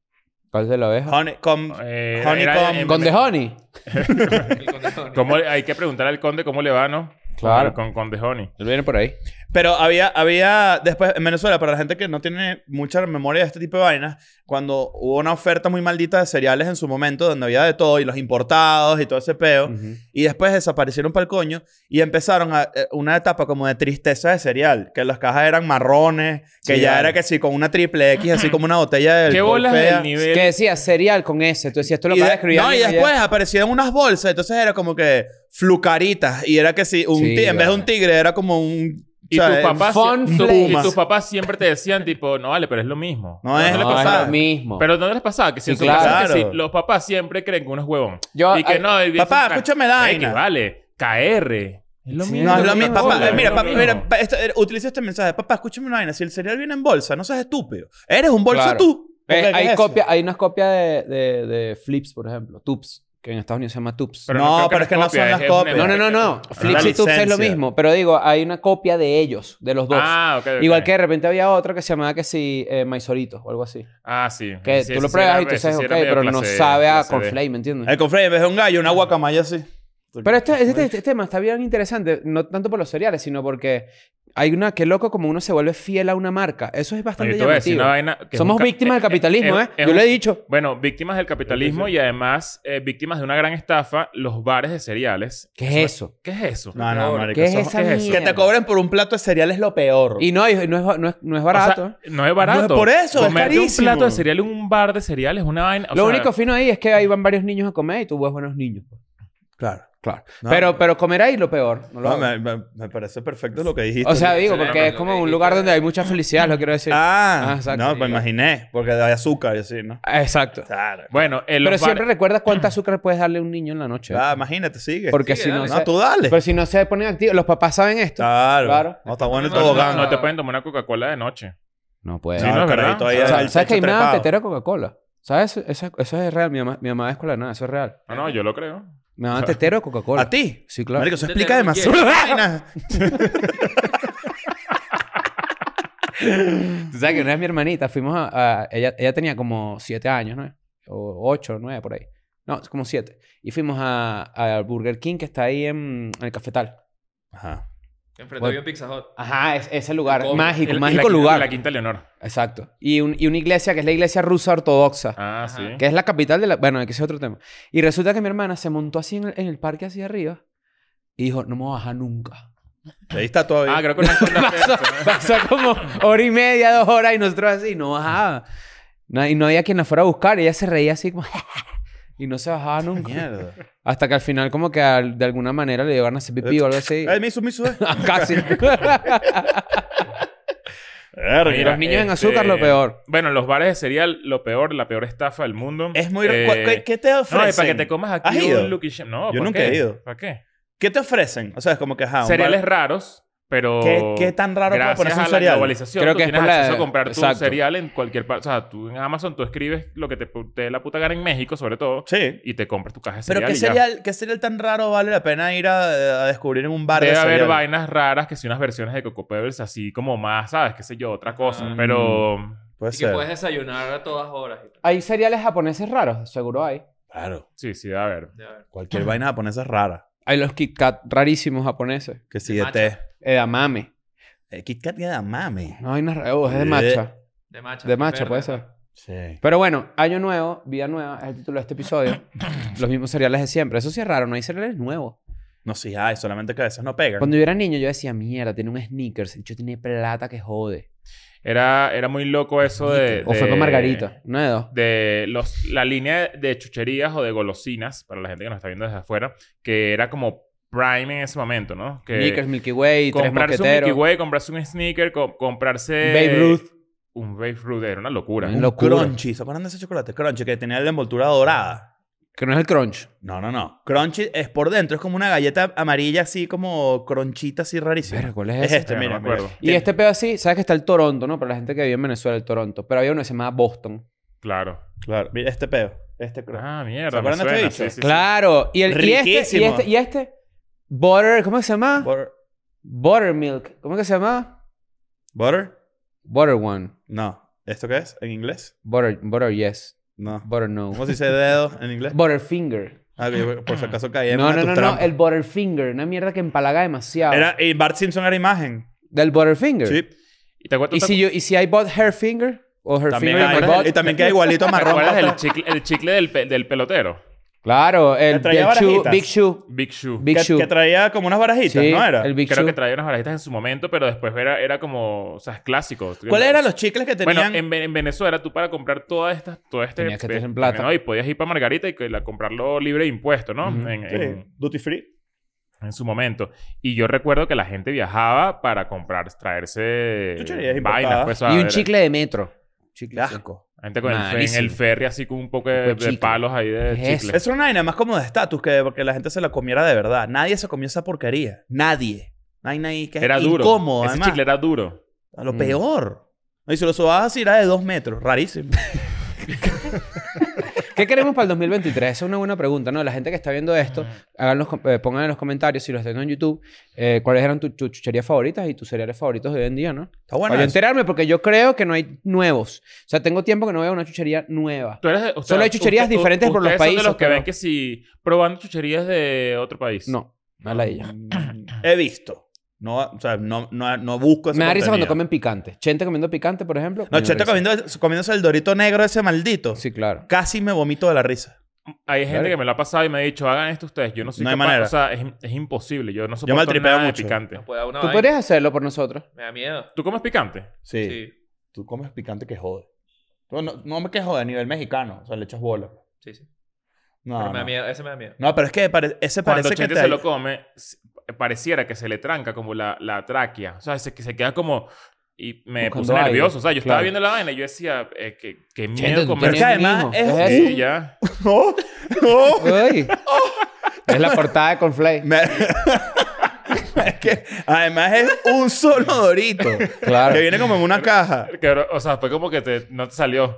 S3: ¿Cuál de la oveja?
S1: Honey- con-
S2: Eh,
S1: Honeycomb.
S2: en-
S3: ¿Con The Honey?
S4: El condón.
S2: ¿Cómo, hay que preguntar al conde cómo le va, ¿no?
S3: Claro.
S2: Con, con The Honey.
S3: Viene por ahí.
S1: Pero había, había, después en Venezuela, para la gente que no tiene mucha memoria de este tipo de vainas, cuando hubo una oferta muy maldita de cereales en su momento, donde había de todo, y los importados y todo ese peo, y después desaparecieron para el coño y empezaron a, eh, una etapa como de tristeza de cereal, que las cajas eran marrones, que
S3: Sí,
S1: ya
S3: vale.
S1: era que sí, con una triple X, así como una botella de
S2: ¿Qué
S1: alcohol
S2: bolas
S1: fea.
S2: del nivel?
S3: Que decía cereal con S. Tú decías, tú lo
S1: Y de-
S3: acabas de escribir.
S1: no, y
S3: alguien
S1: después
S3: allá.
S1: aparecieron unas bolsas, entonces era como que flucaritas, y era que sí, un
S3: Sí,
S1: ti- en vez de un
S3: vale.
S1: tigre era como un...
S2: Y
S1: o sea,
S2: tus papás...
S3: Fun
S2: sie- tu-
S3: Flakes.
S2: Y tus papás siempre te decían, tipo, no vale, pero es lo mismo.
S1: No es
S2: le
S1: lo
S3: No,
S2: pasaba.
S3: es lo mismo.
S2: Pero ¿dónde les pasaba? Que si
S3: Sí,
S2: en su casa
S1: claro.
S2: que si los papás siempre creen que uno es huevón.
S3: Yo-
S2: y que
S3: Ah, ay,
S2: no, el-
S1: Papá,
S2: es un ca-
S1: escúchame la
S2: X,
S1: vaina.
S2: vale. KR. Es lo
S3: Sí,
S2: mismo.
S1: No, es lo mismo.
S3: Lo mismo,
S1: Papá,
S3: obvio,
S1: eh, mira,
S2: es lo
S1: papá,
S2: mismo.
S1: mira, pa- esto- eh, utiliza este mensaje. Papá, escúchame una vaina. Si el cereal viene en bolsa, no seas estúpido. Eres un bolso
S3: Claro.
S1: tú.
S3: Eh,
S1: Porque, ¿qué es
S3: hay,
S1: eso?
S3: copia, hay unas copias de, de- de Flips, por ejemplo. Tups. Que en Estados Unidos se llama Tups.
S1: No,
S2: creo
S1: pero es que no
S2: copia,
S1: son
S2: es-
S1: las
S2: es una
S1: copias.
S3: no, no, no, no. Flips y Tups es lo
S1: licencia.
S3: mismo. Pero digo, hay una copia de ellos, de los dos.
S2: Ah, ok. ok.
S3: Igual que de repente había otra que se llamaba que si eh, Maizorito o algo así.
S2: Ah, sí.
S3: Que
S2: Sí,
S3: tú
S2: ese
S3: lo
S2: sí
S3: pruebas
S2: era-
S3: y tú
S2: ese
S3: dices,
S2: sí
S3: ok,
S2: era medio
S3: pero no
S2: clase-
S3: sabe a
S2: clase D.
S3: Conflame, ¿me entiendes?
S1: El confrey, en vez de un
S3: Ah.
S1: gallo, una guacamaya así.
S3: Pero este, este- este tema está bien interesante, no tanto por los cereales, sino porque hay una que loco como uno se vuelve fiel a una marca. Eso es
S2: Oye,
S3: bastante
S2: te voy a decir
S3: llamativo.
S2: una vaina que es
S3: Somos
S2: un ca-
S3: víctimas del
S2: eh, eh,
S3: capitalismo,
S2: es-
S3: ¿eh?
S2: es
S3: Yo
S2: un-
S3: lo he dicho.
S2: Bueno, víctimas del capitalismo y además eh, víctimas de una gran estafa, los bares de cereales.
S3: ¿Qué es eso?
S2: ¿Qué es eso?
S1: No, no,
S4: peor.
S1: marico.
S3: ¿Qué es
S1: son-
S3: esa
S2: ¿qué es eso?
S1: Que
S3: mierda?
S1: te cobren por un plato de cereal es lo peor.
S3: Y no, y no, es, no, es, no es barato.
S2: O sea, no es barato.
S1: No es por eso, es
S2: Comerte
S1: carísimo.
S2: un plato de cereal en un bar de cereal es una vaina. o sea,
S3: lo único fino ahí es que ahí van varios niños a comer y tú ves buenos niños.
S1: Claro.
S3: Claro.
S1: No.
S3: Pero, pero comer ahí lo peor. No lo
S1: No, me,
S3: hago.
S1: me- me parece perfecto lo que dijiste.
S3: o sea, digo,
S4: Sí, no,
S3: porque es
S4: no,
S3: como
S4: no,
S3: un
S4: no,
S3: lugar
S4: no.
S3: donde hay mucha felicidad, lo quiero decir.
S1: Ah,
S3: Ah, exacto,
S1: no,
S3: sí,
S1: me
S3: claro.
S1: imaginé. Porque hay azúcar y así, ¿no?
S3: Exacto.
S1: Claro.
S2: Bueno, en los
S3: Pero siempre
S2: bares-
S3: recuerda cuánta azúcar puedes darle a un niño en la noche.
S1: Ah, imagínate, sigue.
S3: Porque
S4: Sí,
S3: si no,
S4: dale.
S1: ¿eh? No,
S3: se-
S1: tú dale.
S3: Pero si no se ponen activos, los papás saben esto.
S1: Claro.
S3: Claro.
S1: No, está bueno el
S4: No, no, no,
S1: tobogán.
S2: no, te pueden tomar una Coca-Cola de noche.
S3: No puede.
S2: Sí, no, es verdad.
S1: carajito, ahí
S3: O sea,
S1: es el
S3: ¿Sabes que hay
S1: techo
S3: nada
S1: trepado.
S3: tetera Coca-Cola? ¿Sabes? Eso, eso es real. Mi mamá, mi mamá es escuela de nada. Eso es real.
S2: No, no, yo lo creo.
S3: Me daban tetero Coca-Cola.
S1: ¿A ti?
S3: Sí, claro.
S1: Marico, eso
S4: Te
S1: explica
S4: tengo un
S1: demasiado. vaina.
S3: Tú sabes que una vez mi hermanita fuimos a... a- ella, ella tenía como siete años, ¿no? O ocho, o nueve, por ahí. No, como siete. Y fuimos a, a Burger King que está ahí en, en el Cafetal.
S1: Ajá.
S4: Enfrente había un Pizza Hut.
S3: Ajá, es- ese lugar.
S4: Con-
S3: mágico,
S2: El-
S3: mágico
S2: la-
S3: lugar.
S2: La Quinta Leonor.
S3: Exacto. Y, un- y una iglesia que es la iglesia rusa ortodoxa.
S2: Ah,
S4: Ajá.
S2: sí.
S3: Que es la capital de la... Bueno, que ese es otro tema. Y resulta que mi hermana se montó así en el, en el parque, así arriba, y dijo, no me voy a bajar nunca.
S1: Ahí está todavía.
S2: Ah, creo que no encontraste
S3: Pasó,
S2: eso, ¿eh?
S3: pasó como hora y media, dos horas, y nosotros así, no bajaba. No- y no había quien la fuera a buscar. Y ella se reía así como... y no se bajaba nunca.
S1: Mierda.
S3: Hasta que al final como que al- de alguna manera le llevaron a hacer pipí o algo así. Ah,
S1: Ay, me hizo, me hizo. eh.
S3: Casi.
S1: Verga.
S3: Y los niños en azúcar, lo peor.
S2: Bueno, los bares de cereal, lo peor, la peor estafa del mundo.
S1: Es muy...
S2: Eh,
S1: ¿cu- ¿Qué, qué te
S2: No,
S1: ofrecen?
S2: es para que te comas aquí
S1: ¿Has ido?
S2: un Lucky Charms.
S1: Yo
S2: No, ¿para
S1: nunca
S2: qué?
S1: he ido.
S2: ¿Para qué?
S1: ¿Qué te ofrecen? O sea, es como que... ajá, un
S2: Cereales
S1: bar-
S2: raros, pero...
S1: ¿Qué, qué tan raro puede
S2: Gracias
S1: ponerse un
S2: a la
S1: cereal?
S2: globalización,
S3: Creo
S2: tú
S3: que es
S2: tienes
S3: por la-
S2: acceso a comprar tu
S3: exacto.
S2: cereal en cualquier parte. O sea, tú en Amazon tú escribes lo que te, te dé la puta gana en México, sobre todo,
S1: Sí.
S2: y te compras tu caja de
S1: Pero
S2: cereal.
S1: ¿qué
S2: y ya.
S1: cereal, ¿qué cereal tan raro vale la pena ir a, a descubrir en un bar
S2: Debe
S1: de
S2: haber
S1: cereal?
S2: vainas raras que si unas versiones de Coco Pebbles así como más, ¿sabes? Qué sé yo, otra cosa.
S4: Ah.
S2: Pero...
S1: Puede
S4: Y que
S1: ser.
S4: puedes desayunar a todas horas. y pues, tal.
S3: hay cereales japoneses raros, seguro hay.
S1: Claro.
S2: Sí, sí, debe haber.
S4: Ya, a ver.
S1: Cualquier vaina japonesa es rara.
S3: Hay los Kit Kat rarísimos japoneses.
S1: Que sigue
S4: matcha.
S1: té.
S3: Edamame.
S1: Eh, Kit Kat queda mame.
S3: No hay unas... ra- oh, es de
S1: Eh.
S3: matcha.
S4: De matcha.
S3: De matcha,
S4: verde.
S3: puede ser.
S1: Sí.
S3: Pero bueno, año nuevo, vida nueva, es el título de este episodio. Los mismos cereales de siempre. Eso sí es raro, no hay cereales nuevos.
S1: No, sí, ay, solamente que a veces no pegan.
S3: Cuando yo era niño, yo decía, mierda, tiene un sneakers. El bicho tiene plata que jode.
S2: Era, era muy loco eso de...
S3: O fue
S2: de-
S3: con Margarita. Una de dos.
S2: de los, la línea de chucherías o de golosinas, para la gente que nos está viendo desde afuera, que era como prime en ese momento, ¿no? Que
S3: Sneakers, Milky Way, tres
S2: comprarse un Milky
S3: mosqueteros.
S2: Way, comprarse un sneaker, co- comprarse...
S3: Babe Ruth.
S2: Un Babe Ruth, era una locura.
S3: Una
S1: Un
S3: locura.
S1: Crunchy. ¿Se acuerdan de ese chocolate? Crunchy, que tenía la envoltura dorada.
S3: Que no es el crunch.
S1: No, no, no. Crunchy es por dentro. Es como una galleta amarilla así como cronchita así rarísima.
S3: Verga, ¿cuál es
S1: es
S3: ese?
S1: este,
S2: Ya no
S1: mira.
S2: me acuerdo.
S1: mira.
S3: Y este pedo así, sabes que está el Toronto, ¿no? Para la gente que vive en Venezuela, el Toronto. Pero había uno que se llamaba Boston.
S2: Claro.
S1: Claro. Mira este peo. Este crunch.
S2: Ah, mierda.
S1: ¿Se acuerdan
S2: me
S1: de este
S2: suena,
S1: bicho?
S2: sí, sí, sí.
S3: claro. Y, el, y este, y
S1: Riquísimo.
S3: este, y este. Butter, ¿cómo que se llama?
S1: Butter.
S3: Buttermilk. ¿Cómo que se llama?
S1: ¿Butter?
S3: Butter one.
S1: No. ¿Esto qué es? ¿En inglés?
S3: Butter, butter yes.
S1: No.
S3: Butter no.
S1: ¿Cómo se dice Eh, dedo en inglés?
S3: Butterfinger.
S1: Ah, que yo por si acaso caí en
S3: No,
S1: una de
S3: no,
S1: tus
S3: no, no.
S1: trampas.
S3: El Butterfinger. Una mierda que empalaga demasiado.
S1: Era, y Bart Simpson era imagen.
S3: Del Butterfinger.
S1: Sí.
S2: ¿Y te acuerdas,
S3: ¿Y si, yo, ¿Y si I bought her finger? ¿O her
S1: También,
S3: finger? I
S1: era-
S3: bought?
S1: y también queda igualito a
S2: ¿te
S1: marrón.
S2: acuerdas del chicle, el chicle del, pe- del pelotero?
S3: Claro, el,
S1: Que traía
S3: del shoe,
S1: barajitas.
S3: Big Shoe.
S2: Big Shoe.
S3: Big
S1: que,
S3: Shoe.
S1: que traía como unas barajitas,
S3: Sí,
S1: ¿no era?
S3: el Big
S2: Creo
S3: Shoe.
S2: que traía unas barajitas en su momento, pero después era, era como, o sea, es clásico.
S1: ¿Cuáles eran los chicles que
S2: Bueno,
S1: tenían?
S2: en, Ve- en Venezuela tú para comprar todas estas, todo este...
S3: Tenías que
S2: pe-
S3: tener plata.
S2: No, y podías ir para Margarita y que la- comprarlo libre de impuestos, ¿no?
S3: Ujú.
S2: en,
S1: Sí,
S2: en-
S1: Duty Free.
S2: en su momento. Y yo recuerdo que la gente viajaba para comprar, traerse
S1: Chucherías
S2: vainas.
S1: importadas.
S2: Pues,
S3: y un
S2: era-
S3: chicle de metro.
S1: Chicle asco.
S2: la Gente con el, fe- en
S3: Malísimo.
S2: el ferry así con un poco
S3: Un
S2: de,
S3: poco de
S2: de
S3: chicle.
S2: palos ahí de
S3: ¿Qué es
S2: chicle.
S1: Es una vaina más como de estatus que porque la gente se la comiera de verdad. Nadie se comió esa porquería. Nadie. Vaina ahí que
S2: Era
S1: es
S2: duro.
S1: incómodo,
S2: Ese
S1: además.
S2: chicle era duro.
S1: A lo
S3: Mm.
S1: peor. Y si lo sobabas así era de dos metros. Rarísimo.
S3: ¿Qué queremos para el 2023? Esa es una buena pregunta, ¿no? La gente que está viendo esto,
S1: Ah.
S3: hagan los com- eh, pongan en los comentarios, si los están viendo en YouTube, eh, cuáles eran tus tu chucherías favoritas y tus cereales favoritos de hoy en día, ¿no?
S1: Está bueno.
S3: para yo
S1: eso.
S3: enterarme, porque yo creo que no hay nuevos. O sea, tengo tiempo que no veo una chuchería nueva.
S2: Tú eres de- o
S3: Solo hay chucherías
S2: usted- u-
S3: diferentes por los
S2: ustedes son
S3: países,
S2: de los que
S3: pero-
S2: ven que si probando chucherías de otro país.
S3: No, mala ella.
S1: Mm, He visto. No, o sea, no, no, no busco ese
S3: Me da risa cuando
S1: contenido.
S3: comen picante. Chente comiendo picante, por ejemplo. me
S1: No,
S3: da
S1: Cheto
S3: risa.
S1: comiendo, comiéndose el dorito negro ese maldito.
S3: Sí, claro.
S1: Casi me vomito de la risa.
S2: Hay gente
S3: Claro.
S2: que me lo ha pasado y me ha dicho, hagan esto ustedes. Yo no soy
S1: No hay
S2: capaz.
S1: manera.
S2: O sea, es, es imposible. Yo no soporto
S1: maltripeo
S2: nada de
S1: mucho.
S2: picante.
S4: No puede dar una
S3: Tú
S4: vaina.
S3: podrías hacerlo por nosotros.
S4: Me da miedo.
S2: ¿Tú comes picante?
S1: Sí.
S4: Sí,
S1: Tú comes picante que jode. Tú no, no me que jode a nivel mexicano. O sea, le echas bola.
S4: sí, sí.
S1: No,
S4: Pero
S1: no.
S4: me da miedo. Ese me da miedo.
S1: No, pero es que pare- ese
S2: Cuando
S1: parece que
S2: Chente
S1: te...
S2: se lo come, s- pareciera que se le tranca como la, la tráquea. O sea, se, que se queda como... Y me
S3: Buscando
S2: puse
S3: aire.
S2: nervioso. O sea, yo estaba
S3: Claro.
S2: viendo la vaina y yo decía, eh, que, que miedo
S3: Chente, tú
S2: comer...
S1: tienes- además
S3: un hijo.
S1: es-
S3: ¿Qué
S2: Sí,
S3: eso?
S2: ya.
S1: ¡No! ¡No!
S3: Uy. Es la portada de Conflay.
S1: Oh. Me- es que además es un solo dorito.
S3: Claro.
S1: Que viene como en una caja.
S2: Que, o sea, fue como que te- no te salió.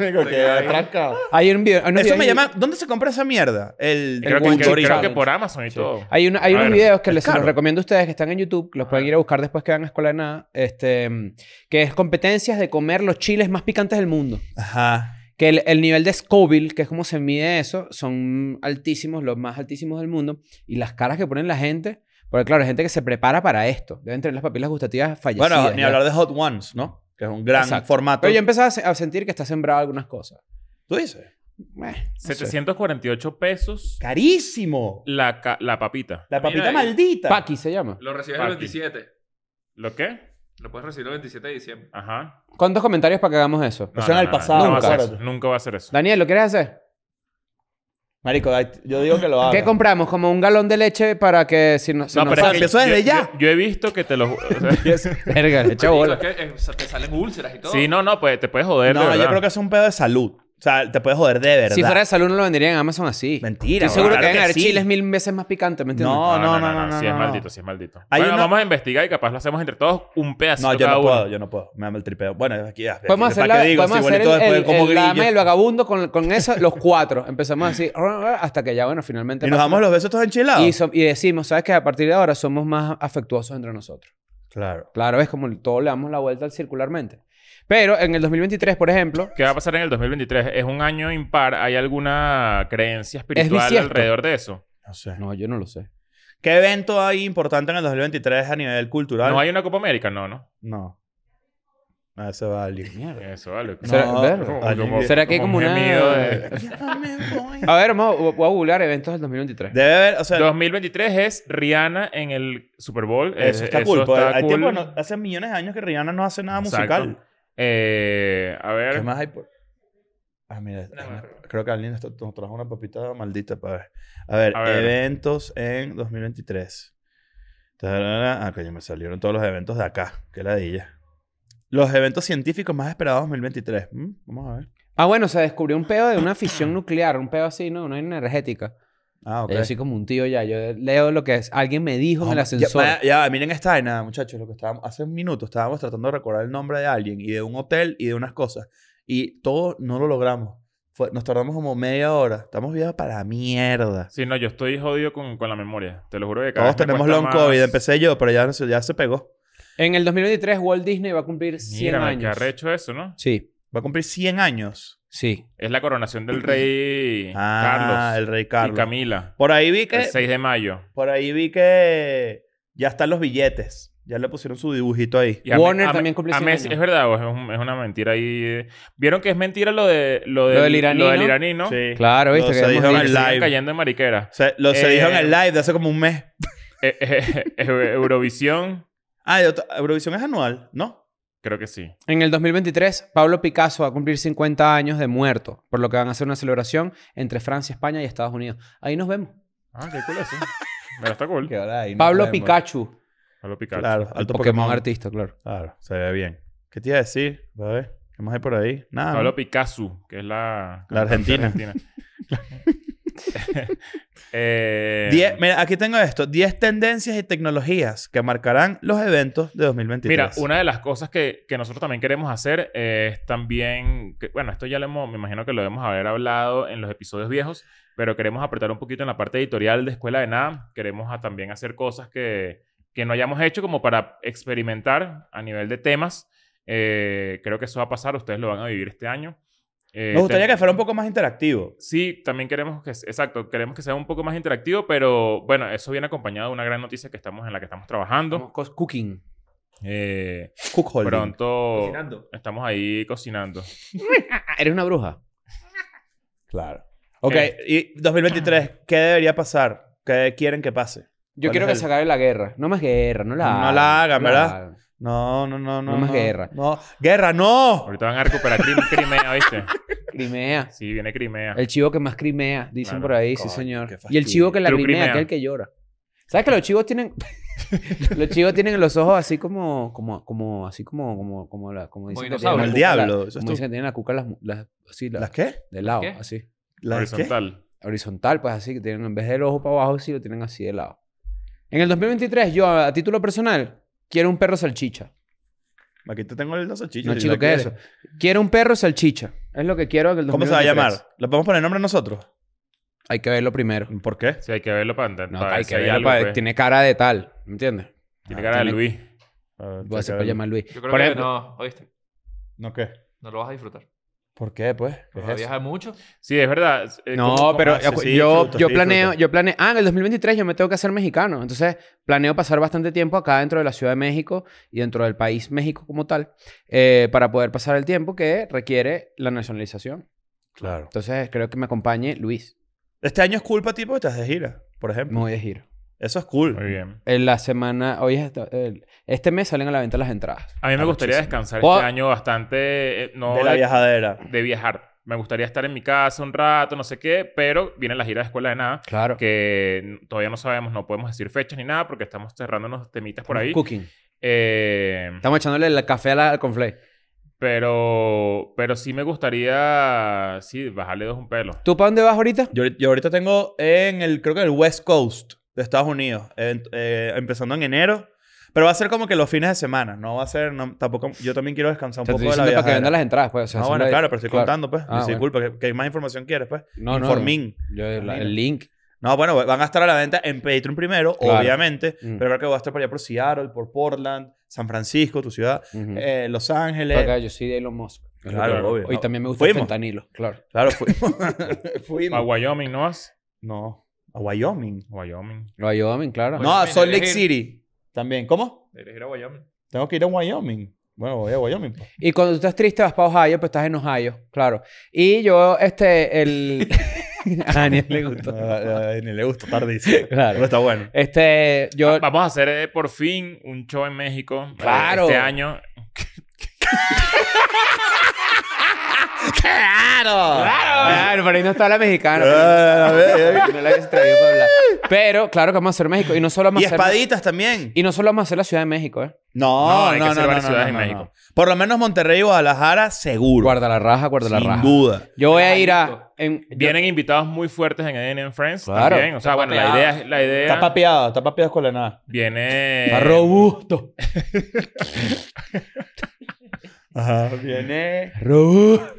S1: Digo, que atraca.
S3: Hay un video. hay unos
S1: Eso
S3: videos
S1: me
S3: en-
S1: llama... ¿Dónde se compra esa mierda? El,
S2: Creo,
S1: el
S2: que,
S1: Wong
S2: que-
S1: Dorito.
S2: creo que por Amazon y todo.
S3: Hay, una- hay
S2: A
S3: unos
S2: ver.
S3: videos que les se los
S1: caro.
S3: recomiendo a ustedes que están en YouTube, que los pueden ir a buscar después que van a escuela de nada, este, mm, que es competencias de comer los chiles más picantes del mundo.
S1: Ajá.
S3: Que el, el nivel de Scoville, que es como se mide eso, son altísimos, los más altísimos del mundo, y las caras que ponen la gente, porque claro, hay gente que se prepara para esto, deben tener las papilas gustativas fallecidas.
S1: Bueno, ni
S3: ya.
S1: hablar de Hot Ones, ¿no? Que es un gran
S3: Exacto.
S1: formato.
S3: Pero yo empezaba a se- a sentir que está sembrado algunas cosas.
S1: ¿Tú dices?
S3: Eh, no sé.
S2: 748 pesos
S1: ¡Carísimo!
S2: la, ca- la papita.
S1: La papita
S4: Mira,
S1: maldita.
S3: Paqui se llama.
S4: Lo recibes
S2: Papi.
S4: el 27.
S2: ¿Lo qué?
S4: Lo puedes recibir el 27 de diciembre.
S2: Ajá.
S3: ¿Cuántos comentarios para que hagamos eso?
S1: Eso en el pasado,
S2: Nunca, va a ser
S1: acuérdate.
S2: eso. Nunca va a ser eso.
S3: Daniel, ¿lo quieres hacer?
S1: Marico, ay, yo digo que lo hago.
S3: ¿Qué compramos? Como un galón de leche para que si no... si
S2: No,
S3: no
S2: pero
S1: O sea,
S2: es que
S1: empezó desde
S2: yo,
S1: ya.
S2: Yo, yo he visto que te lo... o sea,
S3: Verga, le echa
S4: Marico,
S3: bola.
S4: es que eh, sa- te salen úlceras y todo.
S2: sí, no, no, pues te puedes joder, de
S1: No, yo
S2: verdad.
S1: creo que es un pedo de salud. O sea, te puedes joder de verdad.
S3: Si fuera de salud no lo venderían en Amazon así.
S1: Mentira.
S3: Estoy seguro
S1: claro
S3: que deben haber
S1: sí.
S3: chiles mil veces más picantes, ¿me entiendes?
S1: No, no, no, no,
S2: Si
S1: no,
S2: es
S1: no.
S2: maldito, si es maldito.
S1: Hay
S2: bueno,
S1: una-
S2: vamos a investigar y capaz lo hacemos entre todos un pedacito
S1: No, yo
S2: cada
S1: no
S2: uno.
S1: puedo, yo no puedo. Me da el tripeo. Bueno, aquí ya. ¿para
S3: Podemos hacer,
S1: qué
S3: la,
S1: digo?
S3: podemos
S1: Si
S3: hacer
S1: bonito
S3: el,
S1: después
S3: el-
S1: como
S3: el
S1: grillo.
S3: dame, el vagabundo con, con eso, los cuatro. Empezamos así, hasta que ya, bueno, finalmente...
S1: Y nos
S3: pasa.
S1: damos los besos todos enchilados.
S3: y, so- y decimos, ¿sabes qué? A partir de ahora somos más afectuosos entre nosotros.
S1: Claro.
S3: Claro, es como todo le damos la vuelta al circularmente. Pero en el 2023, por ejemplo,
S2: ¿Qué va a pasar en el 2023? Es un año impar. ¿Hay alguna creencia espiritual
S3: bisiesto.
S2: alrededor de eso?
S1: No sé.
S3: no, yo no lo sé.
S1: ¿Qué evento hay importante en el 2023 a nivel cultural?
S2: ¿No hay una Copa América? No, ¿no?
S1: No. Ah, eso va alguien.
S3: Mierda.
S2: Eso vale.
S3: ¿Será- ver? ¿Será que hay como
S2: un
S3: una-
S2: gemido de-
S3: A ver, vamos, voy a googlear eventos del 2023.
S1: Debe haber, o sea,
S2: 2023 es Rihanna en el Super Bowl.
S1: eso
S2: Eh,
S1: está cool. porque
S2: está
S1: hay
S2: cool.
S1: tiempo, no- hace millones de años que Rihanna no hace nada
S2: Exacto.
S1: musical.
S2: Eh, a
S1: ¿Qué
S2: ver.
S1: más hay por...? Ah, mira. una- creo que alguien esto- nos trajo una papita maldita para ver. A ver,
S2: A ver.
S1: eventos en 2023. Tarara. Ah, coño, me salieron todos los eventos de acá. Qué ladilla. Los eventos científicos más esperados 2023. Mm, Vamos a ver.
S3: Ah, bueno, se descubrió un pedo de una fisión nuclear, un pedo así, ¿no? Una vaina energética.
S1: Ah, ok.
S3: Yo soy como un tío ya. Yo leo lo que es. alguien me dijo en el
S1: Ya,
S3: ascensor.
S1: Ya, ya, miren esta vaina, muchachos. Lo que estábamos, hace un minuto estábamos tratando de recordar el nombre de alguien y de un hotel y de unas cosas. Y todo no lo logramos. Fue- nos tardamos como media hora. Estamos viejos para la mierda.
S2: Sí, no, yo estoy jodido con, con la memoria. Te lo juro que cada
S1: Todos
S2: vez me
S1: tenemos
S2: cuesta
S1: long
S2: más.
S1: COVID. Empecé yo, pero ya, no se- ya se pegó.
S3: En el 2023 Walt Disney va a cumplir 100
S2: Mira, man, qué
S3: años.
S2: arrecho eso, ¿no?
S3: Sí,
S1: Va a cumplir 100 años.
S3: sí.
S2: Es la coronación del rey
S1: Ah,
S2: Eh, Carlos
S1: el rey
S2: y
S1: Carlos.
S2: Camila.
S1: Por ahí vi
S2: El
S1: que...
S2: 6 de mayo.
S1: Por ahí vi que... Ya están los billetes. Ya le pusieron su dibujito ahí.
S2: a Me-
S3: Warner
S2: a Me-
S3: también cumple
S2: a
S3: 100
S2: Messi-
S3: años.
S2: Es verdad, o es, un- es una mentira ahí. ¿Vieron que es mentira lo, de, lo,
S3: del iraní,
S2: del
S3: ¿no?
S2: iraní, ¿no?
S1: Sí.
S3: Claro, viste
S1: Lo
S3: que
S1: se
S3: hemos
S1: dijo en
S3: dicho.
S1: el
S2: Siguen
S1: live.
S2: cayendo en mariquera.
S1: Se- lo se
S2: Eh,
S1: dijo en el live de hace como un mes.
S2: Eh, eh, eh, Eurovisión,
S1: Ah, y otra- Eurovisión es anual, ¿no?
S2: creo que sí.
S3: En el 2023, Pablo Picasso va a cumplir 50 años de muerto, por lo que van a hacer una celebración entre Francia, España y Estados Unidos. Ahí nos vemos.
S2: Ah, qué cool eso. Pero está cool.
S3: Pablo Pikachu.
S2: Pablo Picasso.
S1: Claro, alto
S3: Pokémon,
S1: Pokémon.
S3: artista, claro.
S1: Claro, se ve bien. ¿Qué te iba a decir? A ver, ¿qué más hay por ahí? Nada.
S2: Pablo
S1: ¿no?
S2: Picasso, que es la...
S1: La Argentina.
S2: Argentina. eh,
S1: Diez- mira, aquí tengo esto. 10 tendencias y tecnologías que marcarán los eventos de 2023.
S2: Mira, una de las cosas que, que nosotros también queremos hacer es también, que- bueno, esto ya lo hemos, me imagino que lo debemos haber hablado en los episodios viejos, pero queremos apretar un poquito en la parte editorial de Escuela de Nada. Queremos a- también hacer cosas que, que no hayamos hecho como para experimentar a nivel de temas. Eh, creo que eso va a pasar, ustedes lo van a vivir este año. Eh,
S1: Nos gustaría
S2: ten-
S1: que fuera un poco más interactivo.
S2: Sí, también queremos que, exacto, queremos que sea un poco más interactivo, pero bueno, eso viene acompañado de una gran noticia que estamos en la que estamos trabajando.
S3: Estamos cos- Cooking.
S2: Eh,
S1: Cook Holding.
S2: pronto
S4: Cocinando.
S2: estamos ahí cocinando.
S3: Ah, eres una bruja.
S1: Claro. Ok,
S2: Eh,
S1: y 2023, ¿qué debería pasar? ¿Qué quieren que pase?
S3: Yo
S1: ¿Cuál es
S3: quiero que
S1: el-
S3: se acabe la guerra. No más guerra, no la
S1: No
S3: hagan.
S1: la hagan,
S3: No
S1: ¿verdad?
S3: hagan.
S1: No, no, no, no.
S3: No más guerra.
S1: No, guerra, no.
S2: Ahorita van a recuperar Crim- Crimea, ¿viste?
S3: Crimea.
S2: Sí, viene Crimea.
S3: El chivo que más crimea, dicen
S2: Claro.
S3: por ahí, sí
S1: Coño,
S3: señor.
S1: qué
S3: Y el chivo que la
S2: True
S3: crimea,
S2: Crimea.
S3: aquel que llora. ¿Sabes que los chivos tienen los chivos tienen los ojos así como como como así como como como la como dicen que tienen
S4: dinosaurio.
S3: la
S1: Como el
S3: cuca, la-
S1: diablo, eso es
S3: como
S1: tú.
S3: dicen que tienen la cuca las, las así la-
S1: ¿Las qué?
S3: de lado,
S4: qué?
S3: así.
S1: ¿Las qué?
S2: Horizontal.
S3: Horizontal, pues así que tienen en vez del ojo para abajo sí lo tienen así de lado. En el 2023 yo a, a título personal quiero un perro salchicha.
S1: Aquí te tengo el dos salchichas.
S3: No
S1: si
S3: chico
S1: la
S3: que es eso.
S1: quieres.
S3: Quiero un perro salchicha. Es lo que quiero en el 2023.
S1: ¿Cómo se va a llamar? ¿Le podemos poner nombre nosotros?
S3: Hay que verlo primero.
S1: ¿Por qué?
S2: Sí, hay que verlo para entender.
S3: No,
S2: para ver
S3: hay
S2: si
S3: que
S2: hay
S3: verlo
S2: algo,
S3: para-
S2: pues. Tiene,
S3: Tiene cara de tal, ¿me entiendes?
S2: cara de
S3: tiene-
S2: Luis.
S3: Voy a hacer para llamar a Luis.
S4: Yo creo
S3: Por
S4: que
S3: ejemplo,
S4: no, oíste.
S1: ¿No qué?
S4: No lo vas a disfrutar.
S1: ¿Por qué, pues? ¿Qué
S4: Vas
S1: es
S4: a
S1: eso?
S4: viajar mucho.
S2: Sí, es verdad. Eh,
S3: no,
S2: ¿cómo- cómo
S3: pero
S1: haces?
S3: acu-
S1: Sí,
S3: yo,
S1: disfruta,
S3: yo
S1: sí,
S3: planeo,
S1: disfruta.
S3: yo planeo, ah, en el 2023 yo me tengo que hacer mexicano, entonces planeo pasar bastante tiempo acá dentro de la Ciudad de México y dentro del país México como tal, eh, para poder pasar el tiempo que requiere la nacionalización.
S1: Claro.
S3: Entonces creo que me acompañe Luis,
S1: Este año es culpa, tipo, estás de gira, por
S3: me
S1: ejemplo.
S3: voy de giro.
S1: Eso es cool.
S2: Muy bien.
S3: En la semana, hoy es, esto- el- este mes salen a la venta las entradas.
S2: A mí me gustaría
S1: Arrechísimo.
S2: descansar
S3: Puedo-
S2: este año bastante. eh, no
S1: de la
S2: de-
S1: viajadera.
S2: de viajar. Me gustaría estar en mi casa un rato, no sé qué, pero viene la gira de Escuela de Nada,
S3: Claro.
S2: que n- todavía no sabemos, no podemos decir fechas ni nada porque estamos cerrando unos temitas por ahí.
S3: Cooking.
S2: Eh,
S3: Estamos echándole el café a la- al conflé.
S2: pero, pero sí me gustaría, sí, bajarle dos un pelo.
S3: ¿Tú para dónde vas ahorita?
S1: Yo, yo ahorita tengo en el, creo que en el West Coast de Estados Unidos, en- eh, empezando en enero. Pero va a ser como que los fines de semana. No va a ser, no- tampoco, yo también quiero descansar un
S3: Te
S1: poco
S3: estoy
S1: de la
S3: diciendo para que
S1: viajadera.
S3: vendan las entradas, pues. o sea,
S1: no, bueno,
S3: hacerle-
S1: claro, pero estoy contando, pues.
S3: Ah,
S1: Disculpa, que, que más información quieres, pues.
S3: No, no,
S1: Informín.
S3: Yo, la- el link.
S1: No, bueno, van a estar a la venta en Patreon primero,
S3: Claro.
S1: obviamente.
S3: Mm.
S1: Pero creo que va a estar por allá por Seattle, por Portland, San Francisco, tu ciudad,
S3: Ujú.
S1: eh, Los
S3: Para acá,
S1: Ángeles.
S3: yo soy de Elon Musk.
S1: Claro,
S2: Claro.
S1: obvio.
S3: Y
S1: No,
S3: también me gusta
S1: fuimos.
S3: el fentanilo. Claro. Ah,
S1: Claro, fuimos.
S2: A
S1: fuimos.
S2: Wyoming, ¿no vas?
S1: no, a Wyoming.
S2: Wyoming.
S3: Lo ayudan, claro.
S1: No, a
S4: Wyoming,
S1: Salt Lake
S4: deberías
S1: City. También. ¿Cómo?
S4: Deberías ir a Wyoming.
S1: Tengo que ir a Wyoming. Bueno, voy a Wyoming. pues.
S3: Y cuando tú estás triste vas para Ohio, pues estás en Ohio, claro. Y yo, este, el... a Daniel le gustó.
S1: Ah, ah, Ni le gusta tardísimo.
S3: Claro.
S1: Pero está bueno.
S3: Este,
S1: Ah,
S3: yo...
S2: Vamos a hacer eh, por fin un show en México. eh,
S3: Claro.
S2: Este año.
S3: Claro, pero ahí no está la mexicana. pues.
S1: Ah, a ver, a ver.
S3: No la habías traído para hablar. Pero, claro que vamos a hacer México. Y no solo vamos
S1: Y
S3: a hacer...
S1: espaditas también.
S3: Y no solo vamos a hacer la Ciudad de México, ¿eh?
S2: No,
S1: No, no,
S2: hay que
S1: no,
S2: hacer
S1: no,
S2: varias
S1: no,
S2: ciudades en
S1: no,
S2: México.
S1: no. Por lo menos Monterrey y Guadalajara, seguro.
S3: Guarda la raja, guarda la
S1: sin
S3: raja.
S1: duda.
S3: Yo voy a ir a...
S4: Rajadito.
S3: en- yo-
S2: Vienen invitados muy fuertes en ADN en Friends.
S3: Claro.
S2: También. O sea, bueno, la
S4: papeado.
S2: idea es. La idea
S1: Está papeado, está papeado escuela de nada.
S2: viene.
S3: Está robusto.
S1: Ajá, eh. viene.
S3: Robusto.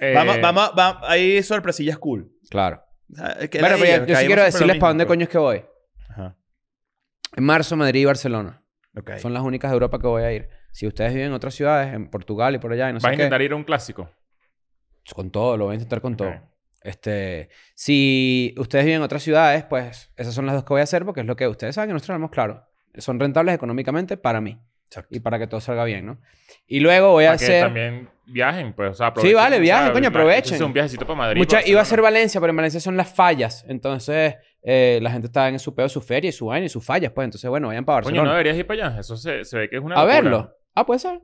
S2: eh,
S1: Vamos, vamos, vamos, hay sorpresillas cool.
S3: Claro.
S1: Ah, que
S3: Bueno,
S1: la-
S3: pero yo-
S1: caímos
S3: yo sí quiero
S1: siempre
S3: decirles
S1: lo
S3: para dónde
S1: mismo,
S3: coño es que voy.
S1: pero- Ajá.
S3: En marzo, Madrid y Barcelona.
S1: Ok.
S3: Son las únicas de Europa que voy a ir. Si ustedes viven en otras ciudades, en Portugal y por allá, y no
S2: Vas a
S3: sé qué, pues,
S2: intentar ir a un clásico.
S3: con todo, lo voy a intentar con
S2: Ok.
S3: todo. Este, si ustedes viven en otras ciudades, pues esas son las dos que voy a hacer porque es lo que ustedes saben que nosotros tenemos claro. Son rentables económicamente para mí
S1: Exacto.
S3: y para que todo salga bien, ¿no? Y luego voy a
S2: Para que
S3: hacer...
S2: también viajen, pues. O sea,
S3: Sí, vale,
S2: aprovechen,
S3: viajen,
S2: o sea,
S3: coño,
S2: la-
S3: aprovechen.
S2: es un viajecito para Madrid.
S3: Mucha,
S2: para
S3: iba a ser
S2: Barcelona.
S3: Valencia, pero en Valencia son las fallas. Entonces, eh, la gente está en su pedo, su feria y su vaina y sus fallas. Pues entonces, bueno, vayan para
S2: Coño, no
S3: Barcelona.
S2: deberías ir para allá. Eso se, se ve que es una.
S3: a
S2: locura.
S3: verlo. Ah, puede ser.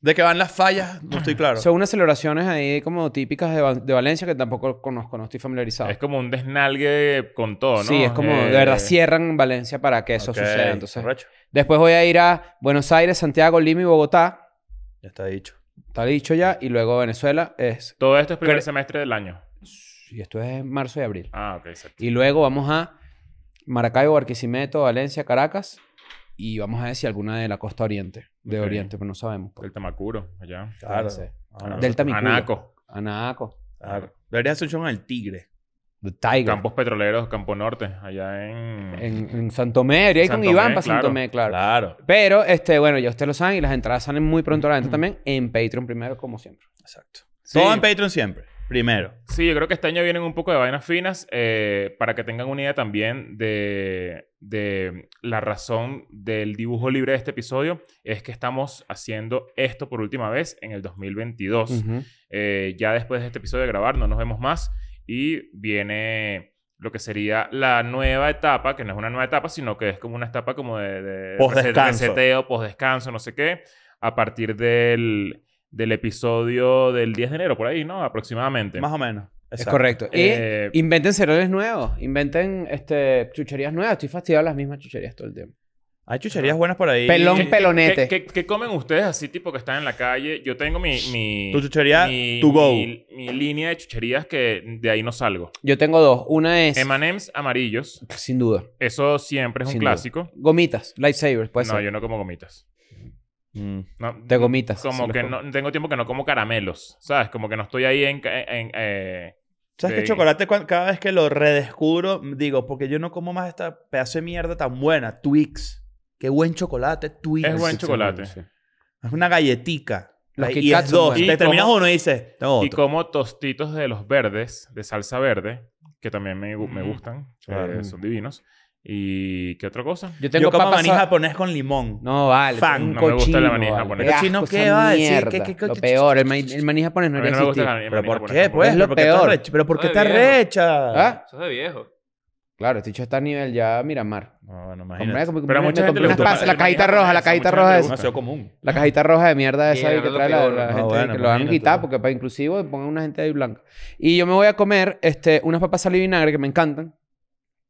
S1: ¿De qué van las fallas? No estoy claro.
S3: Son unas celebraciones ahí como típicas de, Va- de Valencia que tampoco conozco, no estoy familiarizado.
S2: Es como un desnalgue con todo, ¿no?
S3: Sí, es como, de
S2: Eh,
S3: verdad, cierran Valencia para que eso
S1: Ok,
S3: suceda. Entonces,
S1: correcto.
S3: después voy a ir a Buenos Aires, Santiago, Lima y Bogotá.
S1: Ya está dicho. Ah,
S3: Está dicho ya. Y luego Venezuela es...
S2: Todo esto es primer
S3: Cre-
S2: semestre del año.
S3: Y esto es en marzo y abril.
S2: Ah, ok, exacto.
S3: Y luego vamos a Maracaibo, Barquisimeto, Valencia, Caracas. Y vamos a ver si alguna de la costa oriente. De
S2: Ok.
S3: Oriente, pero no sabemos. pues.
S2: El Tamacuro, allá.
S1: Claro.
S3: Sí.
S1: Ah,
S3: Delta Micudo.
S2: Anaco.
S3: Anaco.
S1: claro. Deberías Ah, hacer un show en el Tigre.
S3: The Tiger.
S2: Campos Petroleros, Campo Norte, allá en...
S3: En, en Santomé. Debería ir con
S2: Santomé,
S3: Iván para
S2: claro.
S3: Santomé, claro.
S1: Claro.
S3: Pero, este, bueno, ya ustedes lo saben y las entradas salen muy pronto a la venta también en Patreon primero, como siempre.
S1: Exacto.
S2: Sí,
S1: Todo en Patreon siempre. Primero.
S2: sí, yo creo que este año vienen un poco de vainas finas eh, para que tengan una idea también de, de la razón del dibujo libre de este episodio. Es que estamos haciendo esto por última vez en el 2022.
S3: Ujú.
S2: Eh, ya después de este episodio de grabar, no nos vemos más. Y viene lo que sería la nueva etapa, que no es una nueva etapa, sino que es como una etapa como de, de
S1: Postdescanso.
S2: reseteo, postdescanso, no sé qué, a partir del, del episodio del 10 de enero, por ahí, ¿no? Aproximadamente.
S1: Más o menos.
S3: Es
S1: Exacto.
S3: correcto. Y
S2: Eh,
S3: inventen cereales nuevos. Inventen este, chucherías nuevas. Estoy fastidiado de las mismas chucherías todo el tiempo.
S1: Hay chucherías buenas por ahí.
S3: Pelón,
S2: ¿Qué-
S3: pelón. pelonete.
S2: ¿Qué, qué, qué comen ustedes así, tipo que están en la calle? Yo tengo mi. mi
S1: Tu chuchería,
S2: mi-
S1: to go.
S2: Mi, mi línea de chucherías que de ahí no salgo.
S3: Yo tengo dos. Una es,
S2: M&M's amarillos.
S3: sin duda,
S2: Eso siempre es un
S3: Sin duda.
S2: clásico.
S3: gomitas, lightsabers, puede
S2: no,
S3: ser.
S2: yo no como gomitas.
S1: Mm.
S2: No,
S3: De gomitas.
S2: Como
S3: sí,
S2: que
S3: los
S2: no, tengo tiempo que no como caramelos, ¿sabes? Como que no estoy ahí en... ca- en- eh,
S1: ¿Sabes
S2: Sí.
S1: qué chocolate cuan- cada vez que lo redescubro digo, porque yo no como más esta pedazo de mierda tan buena, Twix. Qué buen chocolate, Twix.
S2: Es buen chocolate.
S3: Sí.
S1: Es una galletica.
S3: Los
S1: Ahí-
S3: Kit
S1: y
S3: Kats
S1: es
S3: son
S1: dos.
S3: buenos.
S1: Te
S2: Y
S1: terminas
S2: como-
S1: uno y dices, tengo
S2: y
S1: otro.
S2: como tostitos de los verdes, de salsa verde, que también me, gu- me
S1: Mm.
S2: gustan.
S1: Claro.
S2: eh, son divinos. ¿Y qué otra cosa?
S3: Yo
S1: Yo
S3: tengo
S1: como
S3: papas
S1: maní
S3: sa-
S1: japonés con limón.
S3: No, vale.
S1: Fan.
S3: tengo un
S2: No me gusta la
S3: cochino,
S2: maní
S3: vale.
S2: japonés.
S3: Qué
S1: Cochino,
S3: asco
S1: ¿qué
S3: esa
S1: va a decir?
S3: mierda.
S1: ¿Qué- qué- qué-
S3: Lo peor. El maní, el maní japonés no
S2: A mí
S3: debería
S2: no me gusta
S3: existir.
S2: la
S1: ¿Pero
S2: maní
S1: por
S2: japonesa,
S1: qué, pues?
S3: Es lo
S1: ¿Pero por qué te
S3: peor.
S1: arrecha? ¿Pero por qué
S4: Ay,
S1: te
S4: viejo.
S1: arrecha?
S3: ¿Ah?
S4: Eso es de viejo.
S3: Claro, este hecho está a nivel ya Miramar.
S1: No, bueno,
S3: Compré,
S1: imagínate.
S3: compré,
S2: Pero a
S3: me
S2: mucha gente
S3: compré
S2: le
S3: unas
S2: gusta
S3: pasas,
S2: la
S3: la
S2: maní
S3: cajita
S2: japonesa,
S3: roja, la
S2: mucha
S3: cajita
S2: gente
S3: roja
S2: le
S1: Es
S2: gusta.
S3: esa.
S1: demasiado común.
S3: La cajita roja de mierda esa
S4: Sí,
S3: ahí
S4: es
S3: que
S4: lo
S3: trae la,
S4: peor,
S3: la
S1: ¿no?
S3: gente
S1: Bueno,
S3: que lo van a
S1: imagínate.
S3: quitar porque para inclusivo pongan una gente ahí blanca. Y yo me voy a comer este, unas papas sal y vinagre que me encantan.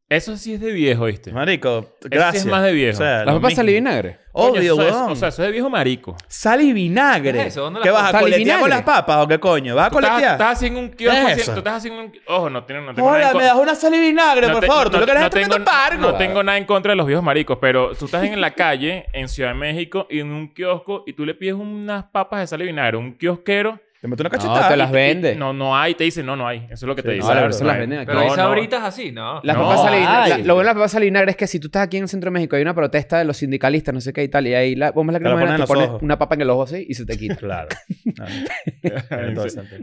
S2: Eso sí es de viejo, ¿viste?
S1: Marico,
S2: Eso sí
S1: gracias.
S2: es más de viejo.
S1: O sea,
S3: Las
S1: lo
S3: papas sal y
S1: mismo.
S3: vinagre.
S2: Coño,
S1: Obvio,
S2: eso es-
S1: weón.
S2: O sea, eso es de viejo marico.
S1: Sal y vinagre.
S4: ¿Qué es eso? ¿Dónde
S1: ¿Qué
S4: las
S1: vas a
S3: sal y
S1: coletear con
S3: vinagre?
S1: las papas o qué coño? ¿Vas a
S2: Tú estás,
S1: coletear?
S2: estás haciendo un kiosco...
S1: ¿Qué es
S2: así-
S1: eso?
S2: Tú estás haciendo un... Ojo, no, tiene, no tengo nada
S1: Hola,
S2: en
S1: me
S2: con-
S1: das una sal y vinagre,
S2: No
S1: por
S2: te-
S1: favor. Tú
S2: no-
S1: lo que eres
S2: no
S1: es tremendo
S2: tengo-
S1: pargo.
S2: No tengo nada en contra de los viejos maricos, pero tú estás en la calle, en Ciudad de México, y en un kiosco, y tú le pides unas papas de sal y vinagre. Un kiosquero.
S1: Te meto una cachetada.
S3: No, te las vende.
S2: No, no hay. Te dicen, no, no hay. Eso es lo que te
S1: Sí,
S2: dicen.
S1: no,
S2: No,
S1: pero se
S2: no
S3: las
S2: hay.
S3: venden aquí.
S4: Pero
S2: No,
S4: hay
S2: no.
S4: sabritas así, ¿no?
S3: Las
S2: No,
S3: papas sal y vinagre- la-
S1: ay.
S3: lo bueno de las papas sal y vinagre es que si tú estás aquí en el centro de México hay una protesta de los sindicalistas, no sé qué y tal, y ahí la, bombas la
S1: Te la
S3: crema,
S1: ponen en
S3: te
S1: los
S3: pones
S1: ojos.
S3: una papa en el ojo así y se te quita.
S1: Claro. Ah, tiene todo el sentido.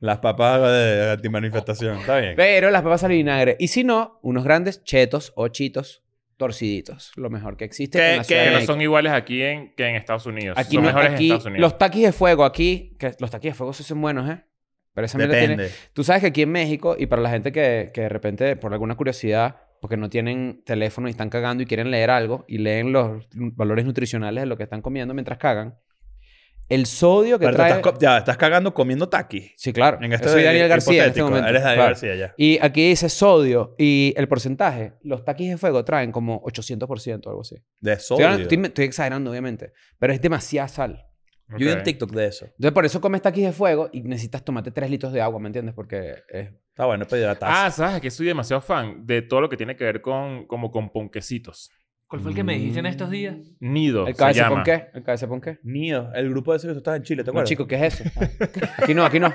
S1: Las papas de antimanifestación. Está bien.
S3: Pero las papas sal y vinagre. Y si no, unos grandes chetos o chitos torciditos. Lo mejor que existe
S1: Que-
S3: en la
S1: que
S3: Ciudad de
S2: Que no
S3: México.
S2: son iguales aquí en, que en Estados Unidos.
S3: Aquí,
S2: son
S3: no,
S2: mejores
S3: aquí
S2: en Estados Unidos.
S3: los taquis de fuego aquí, que los taquis de fuego sí son buenos, ¿eh? Pero esa mierda tiene...
S1: Depende.
S3: Tú sabes que aquí en México, y para la gente que, que de repente, por alguna curiosidad, porque no tienen teléfono y están cagando y quieren leer algo, y leen los valores nutricionales de lo que están comiendo mientras cagan, el sodio que
S1: Pero te
S3: trae...
S1: estás, co- ya, estás cagando comiendo taquis.
S3: Sí, claro.
S1: En este
S3: Soy Daniel García en este
S1: hipotético.
S3: momento.
S1: Eres Daniel
S3: claro.
S1: García ya.
S3: Y aquí dice sodio y el porcentaje. Los taquis de fuego traen como 800% o algo así.
S1: De
S3: Estoy,
S1: sodio.
S3: estoy- estoy exagerando, obviamente. Pero es demasiada sal.
S2: Ok.
S1: Yo vi un TikTok de eso.
S3: Entonces, por eso comes taquis de fuego y necesitas tomarte 3 litros de agua, ¿me entiendes? Porque es...
S1: Está bueno pedir la taza.
S2: Ah, sabes que soy demasiado fan de todo lo que tiene que ver con como con ponquecitos.
S4: ¿Cuál fue el que me dijiste en estos días?
S2: Nido.
S3: ¿El
S2: se
S3: cabeza
S2: llama.
S3: con qué? ¿El cabeza con qué?
S1: Nido, el grupo de ese que tú estás en Chile, ¿te
S3: No,
S1: acuerdas?
S3: chico, ¿qué es eso? Ah, Aquí no, aquí no.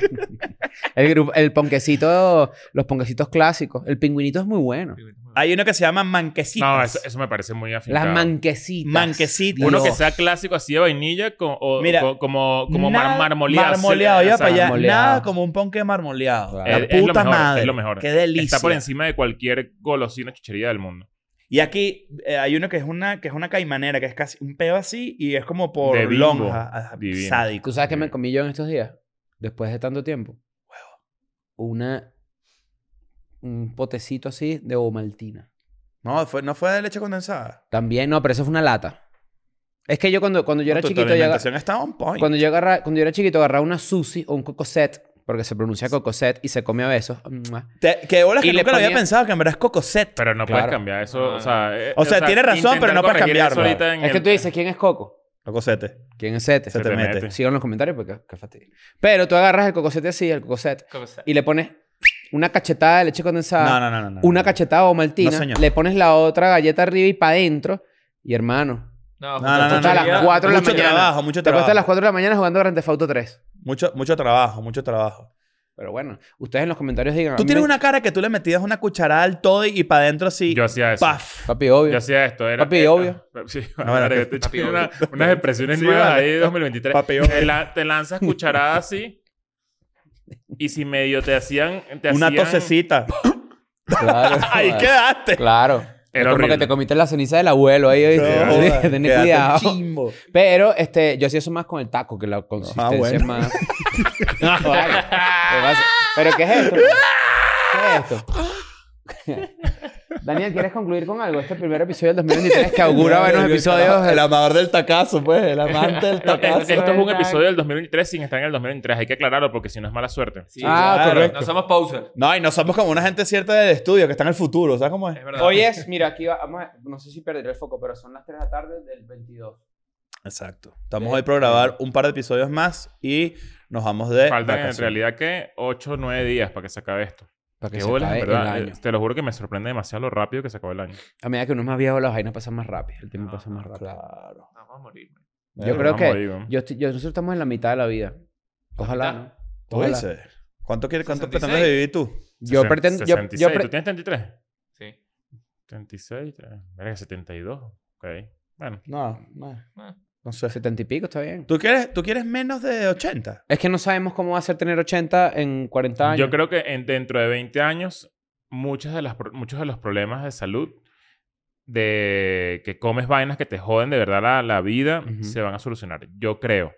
S3: el, grupo, el ponquecito, los ponquecitos clásicos. El pingüinito es muy bueno.
S1: Hay uno que se llama manquecitas.
S2: No, eso, eso me parece muy afincado.
S3: Las manquecitas.
S1: Manquecitas.
S2: Uno que
S3: Dios.
S2: sea clásico así de vainilla con- o
S1: Mira,
S2: co- como, como mar- eh,
S1: Nada-
S2: marmoleado.
S1: Marmoleado,
S2: Se-
S1: ya
S2: o sea,
S1: para allá.
S3: marmoleado.
S1: Nada como un ponque marmoleado.
S3: Claro.
S1: La
S2: Es-
S1: puta
S2: es lo mejor,
S1: madre.
S2: es lo mejor.
S1: Qué delicia.
S2: Está por encima de cualquier golosina chuchería del mundo.
S1: Y aquí eh, hay uno que es una que es una caimanera, que es casi un pedo así y es como por
S2: De bingo.
S1: lonja. ah,
S2: Divino.
S1: Sádico.
S3: ¿Tú sabes qué me comí yo en estos días? Después de tanto tiempo. Una... Un potecito así de omaltina.
S1: No, fue, no fue de leche condensada.
S3: También, no, pero eso fue una lata. Es que yo cuando, cuando yo era
S1: Tu- tu
S3: chiquito... yo aga-
S1: alimentación está on point.
S3: Cuando yo, agarra, cuando yo era chiquito, agarraba una sushi o un cocosette, porque se pronuncia cocosette y se come a besos. Mua.
S1: Te- que bolas
S3: Y
S1: que
S3: le
S1: nunca lo había
S3: ponía-
S1: pensado, que en verdad es cocoset.
S2: Pero no
S3: Claro.
S2: puedes cambiar eso.
S4: Ah.
S2: O sea, eh,
S1: O sea, tienes razón,
S2: intentar
S1: pero no puedes
S2: corregir eso
S1: cambiarlo.
S2: ahorita en
S3: Es que
S2: el-
S3: tú dices, ¿quién es Coco?
S1: Cocosete.
S3: ¿Quién es Sete?
S1: Se te,
S2: te
S1: mete.
S2: mete.
S3: Sigan los comentarios porque qué fastidio. Pero tú agarras el cocosete así, el cocosette, y le pones una cachetada de leche condensada,
S1: No, no, no, no, no.
S3: una cachetada o maltina,
S1: No, señor.
S3: le pones la otra galleta arriba y para adentro, y hermano,
S4: No,
S1: No, no, no,
S3: hasta
S1: no,
S3: las
S1: no.
S3: 4 de la
S1: Mucho
S3: mañana.
S1: trabajo, mucho
S3: te acuestas a las
S1: trabajo.
S3: 4 de la mañana jugando Grand Theft Auto 3.
S1: Mucho, mucho trabajo, mucho trabajo.
S3: Pero bueno, ustedes en los comentarios digan... a
S1: Tú
S3: mí
S1: tienes
S3: Ah, me-
S1: una cara que tú le metías una cucharada al todo y para adentro así.
S2: Yo hacía eso.
S1: ¡Paf!
S3: Papi, obvio.
S2: Yo hacía esto. Era,
S3: Papi,
S2: era-
S3: obvio.
S2: Sí,
S1: No, era
S2: vale,
S1: que-
S2: te
S4: papi,
S2: eché una-
S4: obvio.
S2: unas expresiones
S1: Sí,
S2: nuevas
S1: vale.
S2: ahí de 2023.
S1: Papi, obvio.
S2: te, la- te lanzas cucharadas así. Y si medio te hacían. Te
S1: Una
S2: hacían-
S1: tosecita.
S3: Claro.
S1: Ahí quedaste.
S3: Claro.
S2: Era
S3: es como que
S2: horrible.
S3: te comiste la ceniza del abuelo ahí, ¿oíste?
S1: No, joda,
S3: Ten
S1: quedaste
S3: cuidado.
S1: chimbo.
S3: Pero este, yo hacía eso más con el taco, que la consistencia
S1: Ah, bueno.
S3: es más. No, vale. ¿Qué pasa? ¿Pero qué es esto? ¿Qué es esto? Daniel, ¿quieres concluir con algo? Este primer episodio del 2023 que augura buenos episodios.
S1: El amador del tacazo, pues. El amante del
S2: Esto
S1: tacazo.
S2: es
S3: Eso es
S2: un
S3: la-
S2: episodio del 2023 sin estar en el 2023. Hay que aclararlo porque si no es mala suerte.
S3: Ah, correcto.
S4: No somos pauser.
S1: No, y no somos como una gente cierta del estudio que está en el futuro, ¿sabes cómo es?
S4: Es verdad.
S3: Hoy es, mira, aquí va- vamos a- no sé si perderé el foco, pero son las 3 de la tarde del 22.
S1: Exacto. Estamos hoy por grabar un par de episodios más y nos vamos de.
S2: Faltan en
S1: vacaciones.
S2: realidad que 8 o 9 días para que se acabe esto.
S3: Para
S2: Qué bolas, en verdad. Eh, Te lo juro que me sorprende demasiado lo rápido que se acabó el año.
S3: A medida que uno es más viejo, las vainas pasan más rápido. El tiempo
S4: Ah,
S3: pasa más rápido.
S1: Claro.
S4: No, vamos a morir.
S3: Yo
S1: Pero
S3: creo
S2: vamos
S3: que
S2: ahí, vamos.
S3: yo estoy- yo- nosotros estamos en la mitad de la vida. Ojalá.
S4: mitad.
S3: ¿no?
S1: ¿Tú
S3: Ojalá.
S1: dices? ¿Cuánto, quieres- cuánto
S4: 66?
S1: pretendes vivir tú?
S3: Yo
S2: Sesen-
S3: pretendo. Yo, yo
S2: 66.
S3: pre-
S2: ¿Tú tienes 33?
S4: Sí.
S2: 36, tres. Verga, 72. Ok. Bueno.
S1: No, no.
S4: Ah.
S1: No sé.
S3: 70 y pico, está bien.
S1: ¿Tú quieres, ¿Tú quieres menos de 80?
S3: Es que no sabemos cómo va a ser tener 80 en 40 años.
S2: Yo creo que en- dentro de 20 años, muchas de las, pro- muchos de los problemas de salud, de que comes vainas que te joden de verdad la, la vida,
S3: Ujú.
S2: se van a solucionar. Yo creo.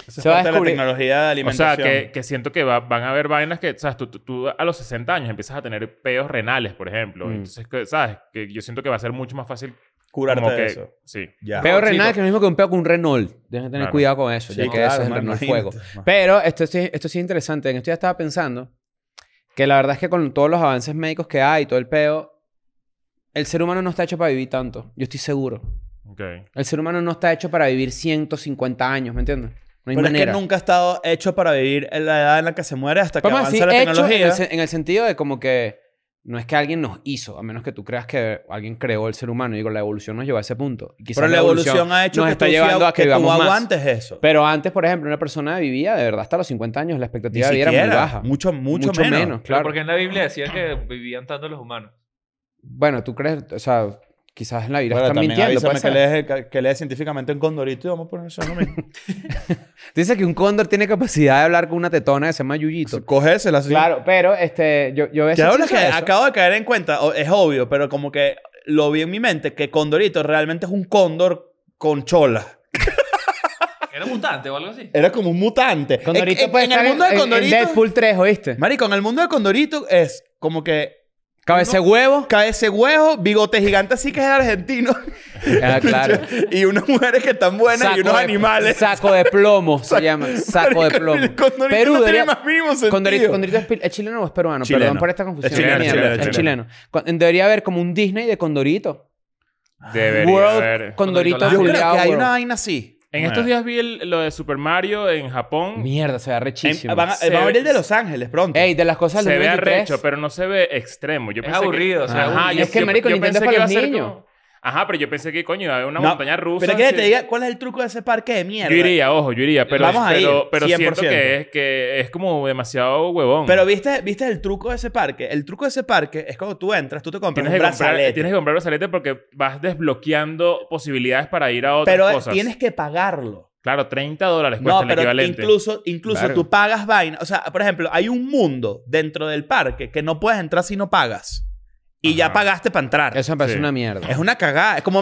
S1: Esa es
S3: Se va a
S1: parte de la
S3: descubrir-
S1: tecnología de
S2: O sea,
S1: alimentación.
S2: que, que siento que va- van a haber vainas que, sabes, tú, tú- tú a los 60 años empiezas a tener peos renales, por ejemplo.
S3: Mm.
S2: Entonces, que, sabes, que yo siento que va a ser mucho más fácil.
S1: Curarte
S2: como
S1: de
S2: que-
S1: eso.
S2: Sí.
S1: Ya.
S3: Peo
S4: No,
S3: renal
S4: chico.
S3: que es lo mismo que un peo con un Renault. Tienes que tener
S2: Claro.
S3: cuidado con eso,
S1: Sí,
S3: ya que
S1: claro,
S3: eso es el
S1: man,
S3: Renault
S1: imagínate.
S3: fuego. Pero esto sí, esto sí es interesante. En esto ya estaba pensando que la verdad es que con todos los avances médicos que hay, todo el peo, el ser humano no está hecho para vivir tanto. Yo estoy seguro.
S2: Ok.
S3: El ser humano no está hecho para vivir 150 años, ¿me entiendes? No hay
S1: Pero
S3: manera.
S1: es que nunca ha estado hecho para vivir en la edad en la que se muere hasta que
S3: Vamos a
S1: avanza
S3: decir,
S1: la
S3: hecho en
S1: tecnología.
S3: el, sen- en el sentido de como que no es que alguien nos hizo, a menos que tú creas que alguien creó el ser humano. Digo, la evolución nos llevó a ese punto. Y quizás
S1: Pero la evolución ha hecho
S3: nos
S1: que
S3: está
S1: tú,
S3: llevando
S1: sí-
S3: a
S1: que
S3: que,
S1: tú
S3: vivamos más.
S1: aguantes eso.
S3: Pero antes, por ejemplo, una persona vivía de verdad hasta los 50 años, la
S1: Ni
S3: expectativa de vida
S1: siquiera.
S3: era muy baja.
S1: Mucho, mucho, menos.
S3: claro.
S4: Porque en la Biblia decía que vivían tanto los humanos.
S3: Bueno, tú crees, o sea, Quizás la Ira
S1: Bueno,
S3: está
S1: también
S3: mintiendo. pues,
S1: avísame
S3: puede
S1: que
S3: ser.
S1: lees, el- que lees científicamente un condorito y vamos a poner eso lo mismo.
S3: Dice que un cóndor tiene capacidad de hablar con una tetona que se llama Yuyito.
S1: Cogésela así.
S3: Claro, pero este, yo, yo
S1: Que
S3: veces
S1: ahora
S3: pienso
S1: que
S3: eso.
S1: acabo de caer en cuenta, o- es obvio, pero como que lo vi en mi mente, que Condorito realmente es un cóndor con chola.
S4: ¿Era mutante o algo así?
S1: Era como un mutante.
S3: Condorito
S1: En- en-
S3: puede
S1: en
S3: estar
S1: el mundo de Condorito.
S3: Deadpool 3, ¿oíste?
S1: Marico, en el mundo de Condorito es como que
S3: Cabeza de huevo.
S1: cae ese huevo, bigote gigante así que es el argentino.
S3: Ah, claro.
S1: y unas mujeres que están buenas y unos
S3: de-
S1: animales.
S3: Saco de plomo se llama. Saco
S1: Marico,
S3: de plomo.
S1: el Condorito
S3: Perú
S1: no
S3: debería-
S1: tiene más mínimo sentido.
S3: Condorito, Condorito es, pil- ¿es chileno o es peruano?
S1: Chileno.
S3: Perdón por esta confusión.
S1: Es chileno,
S3: Mierda,
S1: chileno,
S3: es
S1: chileno.
S3: chileno. Con- Debería haber como un Disney de Condorito.
S1: Ah,
S2: Debería
S3: World
S2: haber.
S3: Condorito.
S4: Condorito
S1: Yo creo que
S3: Juliado
S1: hay
S3: World.
S1: una vaina así.
S2: En estos días vi el- lo de Super Mario en Japón.
S3: Mierda, se ve
S1: En-
S3: rechísimo.
S1: van a,
S2: Se
S1: va a
S2: ve-
S1: abrir el de Los Ángeles pronto.
S3: Ey, de las cosas
S2: se
S3: del
S2: ve
S3: 93,
S2: arrecho, pero no se ve extremo. Yo
S4: Es
S2: pensé que-
S4: aburrido, o sea,
S2: Ajá,
S4: aburrido.
S2: yo-
S3: Es que,
S2: yo-
S3: marico,
S2: yo
S3: Nintendo es
S2: pensé que
S3: para
S2: iba a
S3: los
S2: ser
S3: niños.
S2: como- Ajá, pero yo pensé que, coño, iba a haber una
S1: No,
S2: montaña rusa.
S1: Pero que
S2: sí.
S1: te diga cuál es el truco de ese parque de mierda.
S2: Yo iría, ojo, yo iría. Pero,
S1: Vamos a
S2: pero,
S1: ir,
S2: pero siento
S1: 100%.
S2: que es, que es como demasiado huevón.
S1: Pero viste, viste el truco de ese parque. El truco de ese parque es cuando tú entras, tú te compras
S2: Tienes
S1: un
S2: que, comprar, eh,
S1: brazalete.
S2: tienes que comprar brazalete porque vas desbloqueando posibilidades para ir a otras
S1: pero
S2: cosas.
S1: tienes que pagarlo.
S2: Claro, 30 dólares cuesta
S1: No,
S2: el
S1: pero
S2: equivalente.
S1: incluso, incluso
S2: Claro.
S1: tú pagas vaina. O sea, por ejemplo, hay un mundo dentro del parque que no puedes entrar si no pagas. Y ya
S2: Ajá.
S1: pagaste para entrar.
S3: Eso me parece
S2: Sí.
S3: una mierda.
S1: Es una cagada. Es como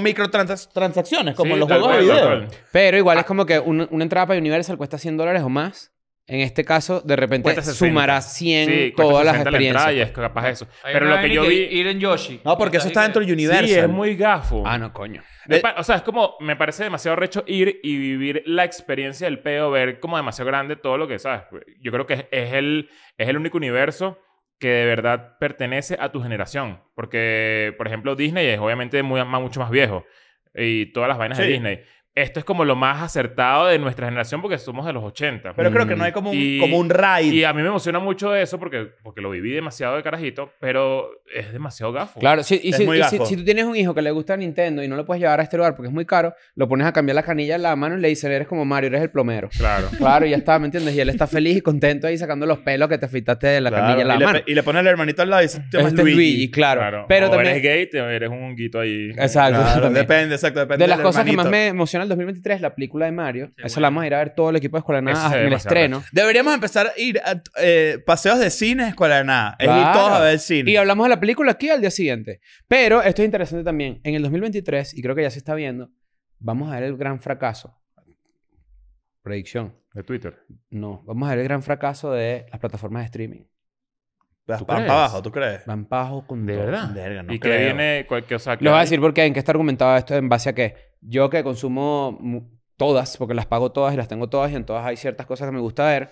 S1: microtransacciones, como
S2: Sí,
S1: los
S2: tal
S1: juegos de
S2: cual, tal
S1: video.
S2: cual.
S3: Pero igual
S2: Ah.
S3: es como que un- una entrada para Universal cuesta 100 dólares o más. En este caso, de repente
S2: Cuesta 60.
S3: sumará 100
S2: Sí, cuesta
S3: todas las
S2: 60 la entrada y
S3: experiencias.
S2: es capaz eso.
S4: Hay
S2: Pero
S4: una
S2: lo que
S4: vaina
S2: yo vi...
S4: Ir en Yoshi.
S1: No, porque eso está dentro de Universal.
S2: Sí, es muy gafo.
S3: Ah, no, coño.
S2: De
S1: Eh,
S2: pa- o sea, es como, me parece demasiado recho ir y vivir la experiencia del peo, ver como demasiado grande todo lo que, ¿sabes? Yo creo que es, es el, es el único universo que de verdad pertenece a tu generación. Porque, por ejemplo, Disney es obviamente muy, más- mucho más viejo. Y todas las vainas de
S1: Sí.
S2: Disney. Esto es como lo más acertado de nuestra generación porque somos de los 80.
S1: Pero creo que no hay como un,
S2: Mm, Y-
S1: como un raid.
S2: Y a mí me emociona mucho eso porque, porque lo viví demasiado de carajito, pero es demasiado gafo.
S3: Claro, sí, y,
S1: Es
S3: si,
S1: muy
S3: y si-
S1: gafo.
S3: si tú tienes un hijo que le gusta Nintendo y no lo puedes llevar a este lugar porque es muy caro, lo pones a cambiar la canilla en la mano y le dices, eres como Mario, eres el plomero.
S2: Claro.
S3: Claro, y ya está, ¿me entiendes? Y él está feliz y contento ahí sacando los pelos que te afeitaste de la
S1: Claro,
S3: canilla en la
S1: y, le,
S3: mano.
S1: pe- y le pone el hermanito al lado y dice, te llamas
S3: Este es
S1: Luigi.
S3: Luigi, claro.
S2: Claro.
S3: Pero
S2: o
S3: también...
S2: eres gay, te- eres un honguito ahí.
S3: Exacto.
S1: Claro,
S3: también.
S1: depende, exacto, depende
S3: De las
S1: del
S3: cosas que más
S1: hermanito.
S3: me emociona el 2023, la película de Mario.
S4: Qué
S3: Eso
S4: bueno.
S3: la vamos a ir a ver todo el equipo de Escuela de
S2: Eso
S3: Nada
S2: se ve
S3: en el
S2: demasiado
S3: estreno.
S1: Deberíamos empezar a ir a eh, paseos de cine, escuela de nada. Es ir
S3: Claro.
S1: todos a ver cine.
S3: Y hablamos de la película aquí al día siguiente. Pero esto es interesante también. En el 2023, y creo que ya se está viendo, vamos a ver el gran fracaso. Predicción.
S2: De Twitter.
S3: No, vamos a ver el gran fracaso de las plataformas de streaming.
S1: Vas
S2: ¿Tú
S1: para
S2: crees?
S1: abajo, ¿tú crees?
S3: Van bajo con
S2: ¿De
S3: todo.
S2: verdad?
S1: Verga, no
S2: y
S1: creo.
S2: que viene cualquier... O sea, que
S3: Les voy a
S2: hay-
S3: decir por qué, en qué está argumentado esto, en base a qué. Yo que consumo mu- todas, porque las pago todas y las tengo todas, y en todas hay ciertas cosas que me gusta ver,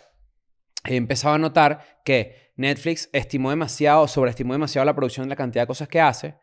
S3: he empezado a notar que Netflix estimó demasiado, sobreestimó demasiado la producción y la cantidad de cosas que hace.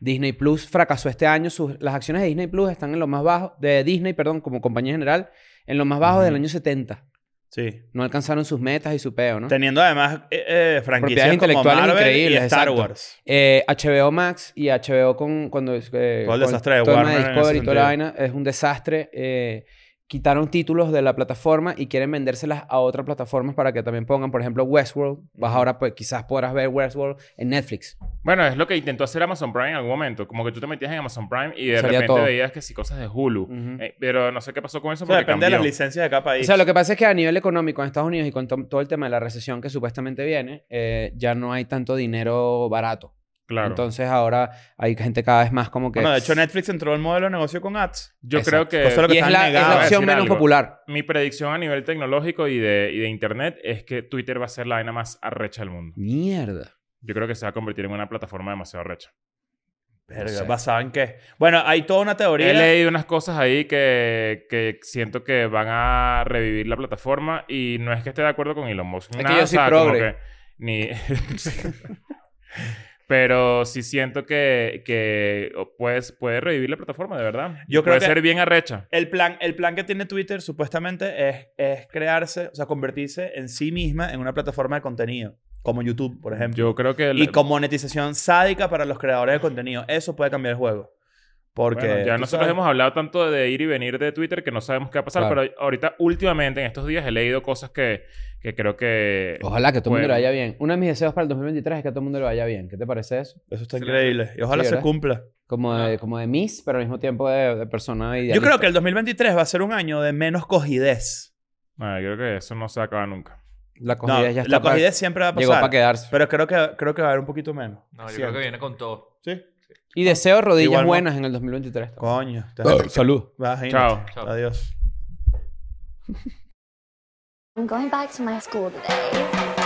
S3: Disney Plus fracasó este año. Sus- las acciones de Disney Plus están en lo más bajo, de Disney, perdón, como compañía general, en lo más bajo del año 70.
S1: Sí.
S3: No alcanzaron sus metas y su peo, ¿no?
S1: Teniendo además eh, eh, franquicias
S3: Propiedades
S1: como
S3: intelectuales
S1: Marvel
S3: increíbles,
S1: y Star
S3: exacto.
S1: Wars.
S3: Eh, HBO Max y HBO con cuando eh,
S1: Todo el
S3: con
S1: desastre de
S3: todo el tema
S1: Warner en
S3: Discovery
S1: ese
S3: y toda la
S1: sentido.
S3: vaina es un desastre. Eh, quitaron títulos de la plataforma y quieren vendérselas a otras plataformas para que también pongan, por ejemplo, Westworld. Vas ahora pues, quizás podrás ver Westworld en Netflix.
S2: Bueno, es lo que intentó hacer Amazon Prime en algún momento. Como que tú te metías en Amazon Prime y de
S3: Salía
S2: repente
S3: todo.
S2: veías que sí, cosas de Hulu.
S3: Ujú.
S2: Eh, pero no sé qué pasó con eso
S1: O sea,
S2: porque
S1: depende de
S2: cambió.
S1: las licencias de cada país.
S3: O sea, lo que pasa es que a nivel económico en Estados Unidos y con to- todo el tema de la recesión que supuestamente viene, eh, ya no hay tanto dinero barato.
S2: Claro.
S3: Entonces ahora hay gente cada vez más como que...
S1: Bueno, de hecho, Netflix entró al modelo de negocio con ads.
S2: Yo creo
S3: Exacto.
S2: que...
S1: Cosa lo que
S3: y es
S1: están
S3: la, es la
S1: negados. Voy a
S3: opción
S2: decir
S3: menos
S2: algo.
S3: popular.
S2: Mi predicción a nivel tecnológico y de, y de internet es que Twitter va a ser la vaina más arrecha del mundo.
S3: Mierda.
S2: Yo creo que se va a convertir en una plataforma demasiado arrecha.
S1: Verga,
S3: sé.
S1: ¿basada en qué? Bueno, hay toda una teoría.
S2: He leído unas cosas ahí que, que siento que van a revivir la plataforma y no es que esté de acuerdo con Elon Musk.
S3: que
S2: nada,
S3: yo
S2: o
S3: soy
S2: sea, como
S3: progre.
S2: que ni... Pero sí siento que, que o, pues, puede revivir la plataforma, de verdad.
S1: Yo creo
S2: puede
S1: que-
S2: ser bien arrecha.
S1: El plan, el plan que tiene Twitter supuestamente es, es crearse, o sea, convertirse en sí misma en una plataforma de contenido, como YouTube, por ejemplo.
S2: Yo creo que...
S1: y con monetización sádica para los creadores de contenido. Eso puede cambiar el juego. Porque.
S2: bueno, ya
S1: tú
S2: nosotros
S1: sabes,
S2: hemos hablado tanto de ir y venir de Twitter que no sabemos qué va a pasar,
S3: Claro.
S2: pero ahorita últimamente, en estos días, he leído cosas que, que creo que...
S1: Oh.
S3: Ojalá que todo el mundo
S2: Bueno.
S3: le vaya bien. Uno de mis deseos para el 2023 es que a todo el mundo le vaya bien. ¿Qué te parece eso?
S1: Eso está
S2: Sí,
S1: increíble. Y ojalá
S3: Sí,
S1: se
S3: ¿verdad?
S1: cumpla.
S3: como de, como de Miss, pero al mismo tiempo de, de persona
S1: Ah. Yo creo que el 2023 va a ser un año de menos cogidez.
S2: Ay, creo que eso no se acaba nunca.
S3: la cogida
S1: No,
S3: ya está
S1: la
S3: pa-
S1: cogidez siempre va a
S3: llegó
S1: pasar.
S3: para quedarse.
S1: Pero creo que, creo que va a haber un poquito menos.
S4: No, yo creo
S1: Siempre.
S4: que viene con todo.
S1: Sí.
S3: Y deseo rodillas
S1: Igual no.
S3: buenas en el 2023.
S1: Coño. te-
S3: Salud.
S1: Imagínate.
S2: Chao.
S4: Chao.
S1: Adiós.
S5: I'm going back to my school today.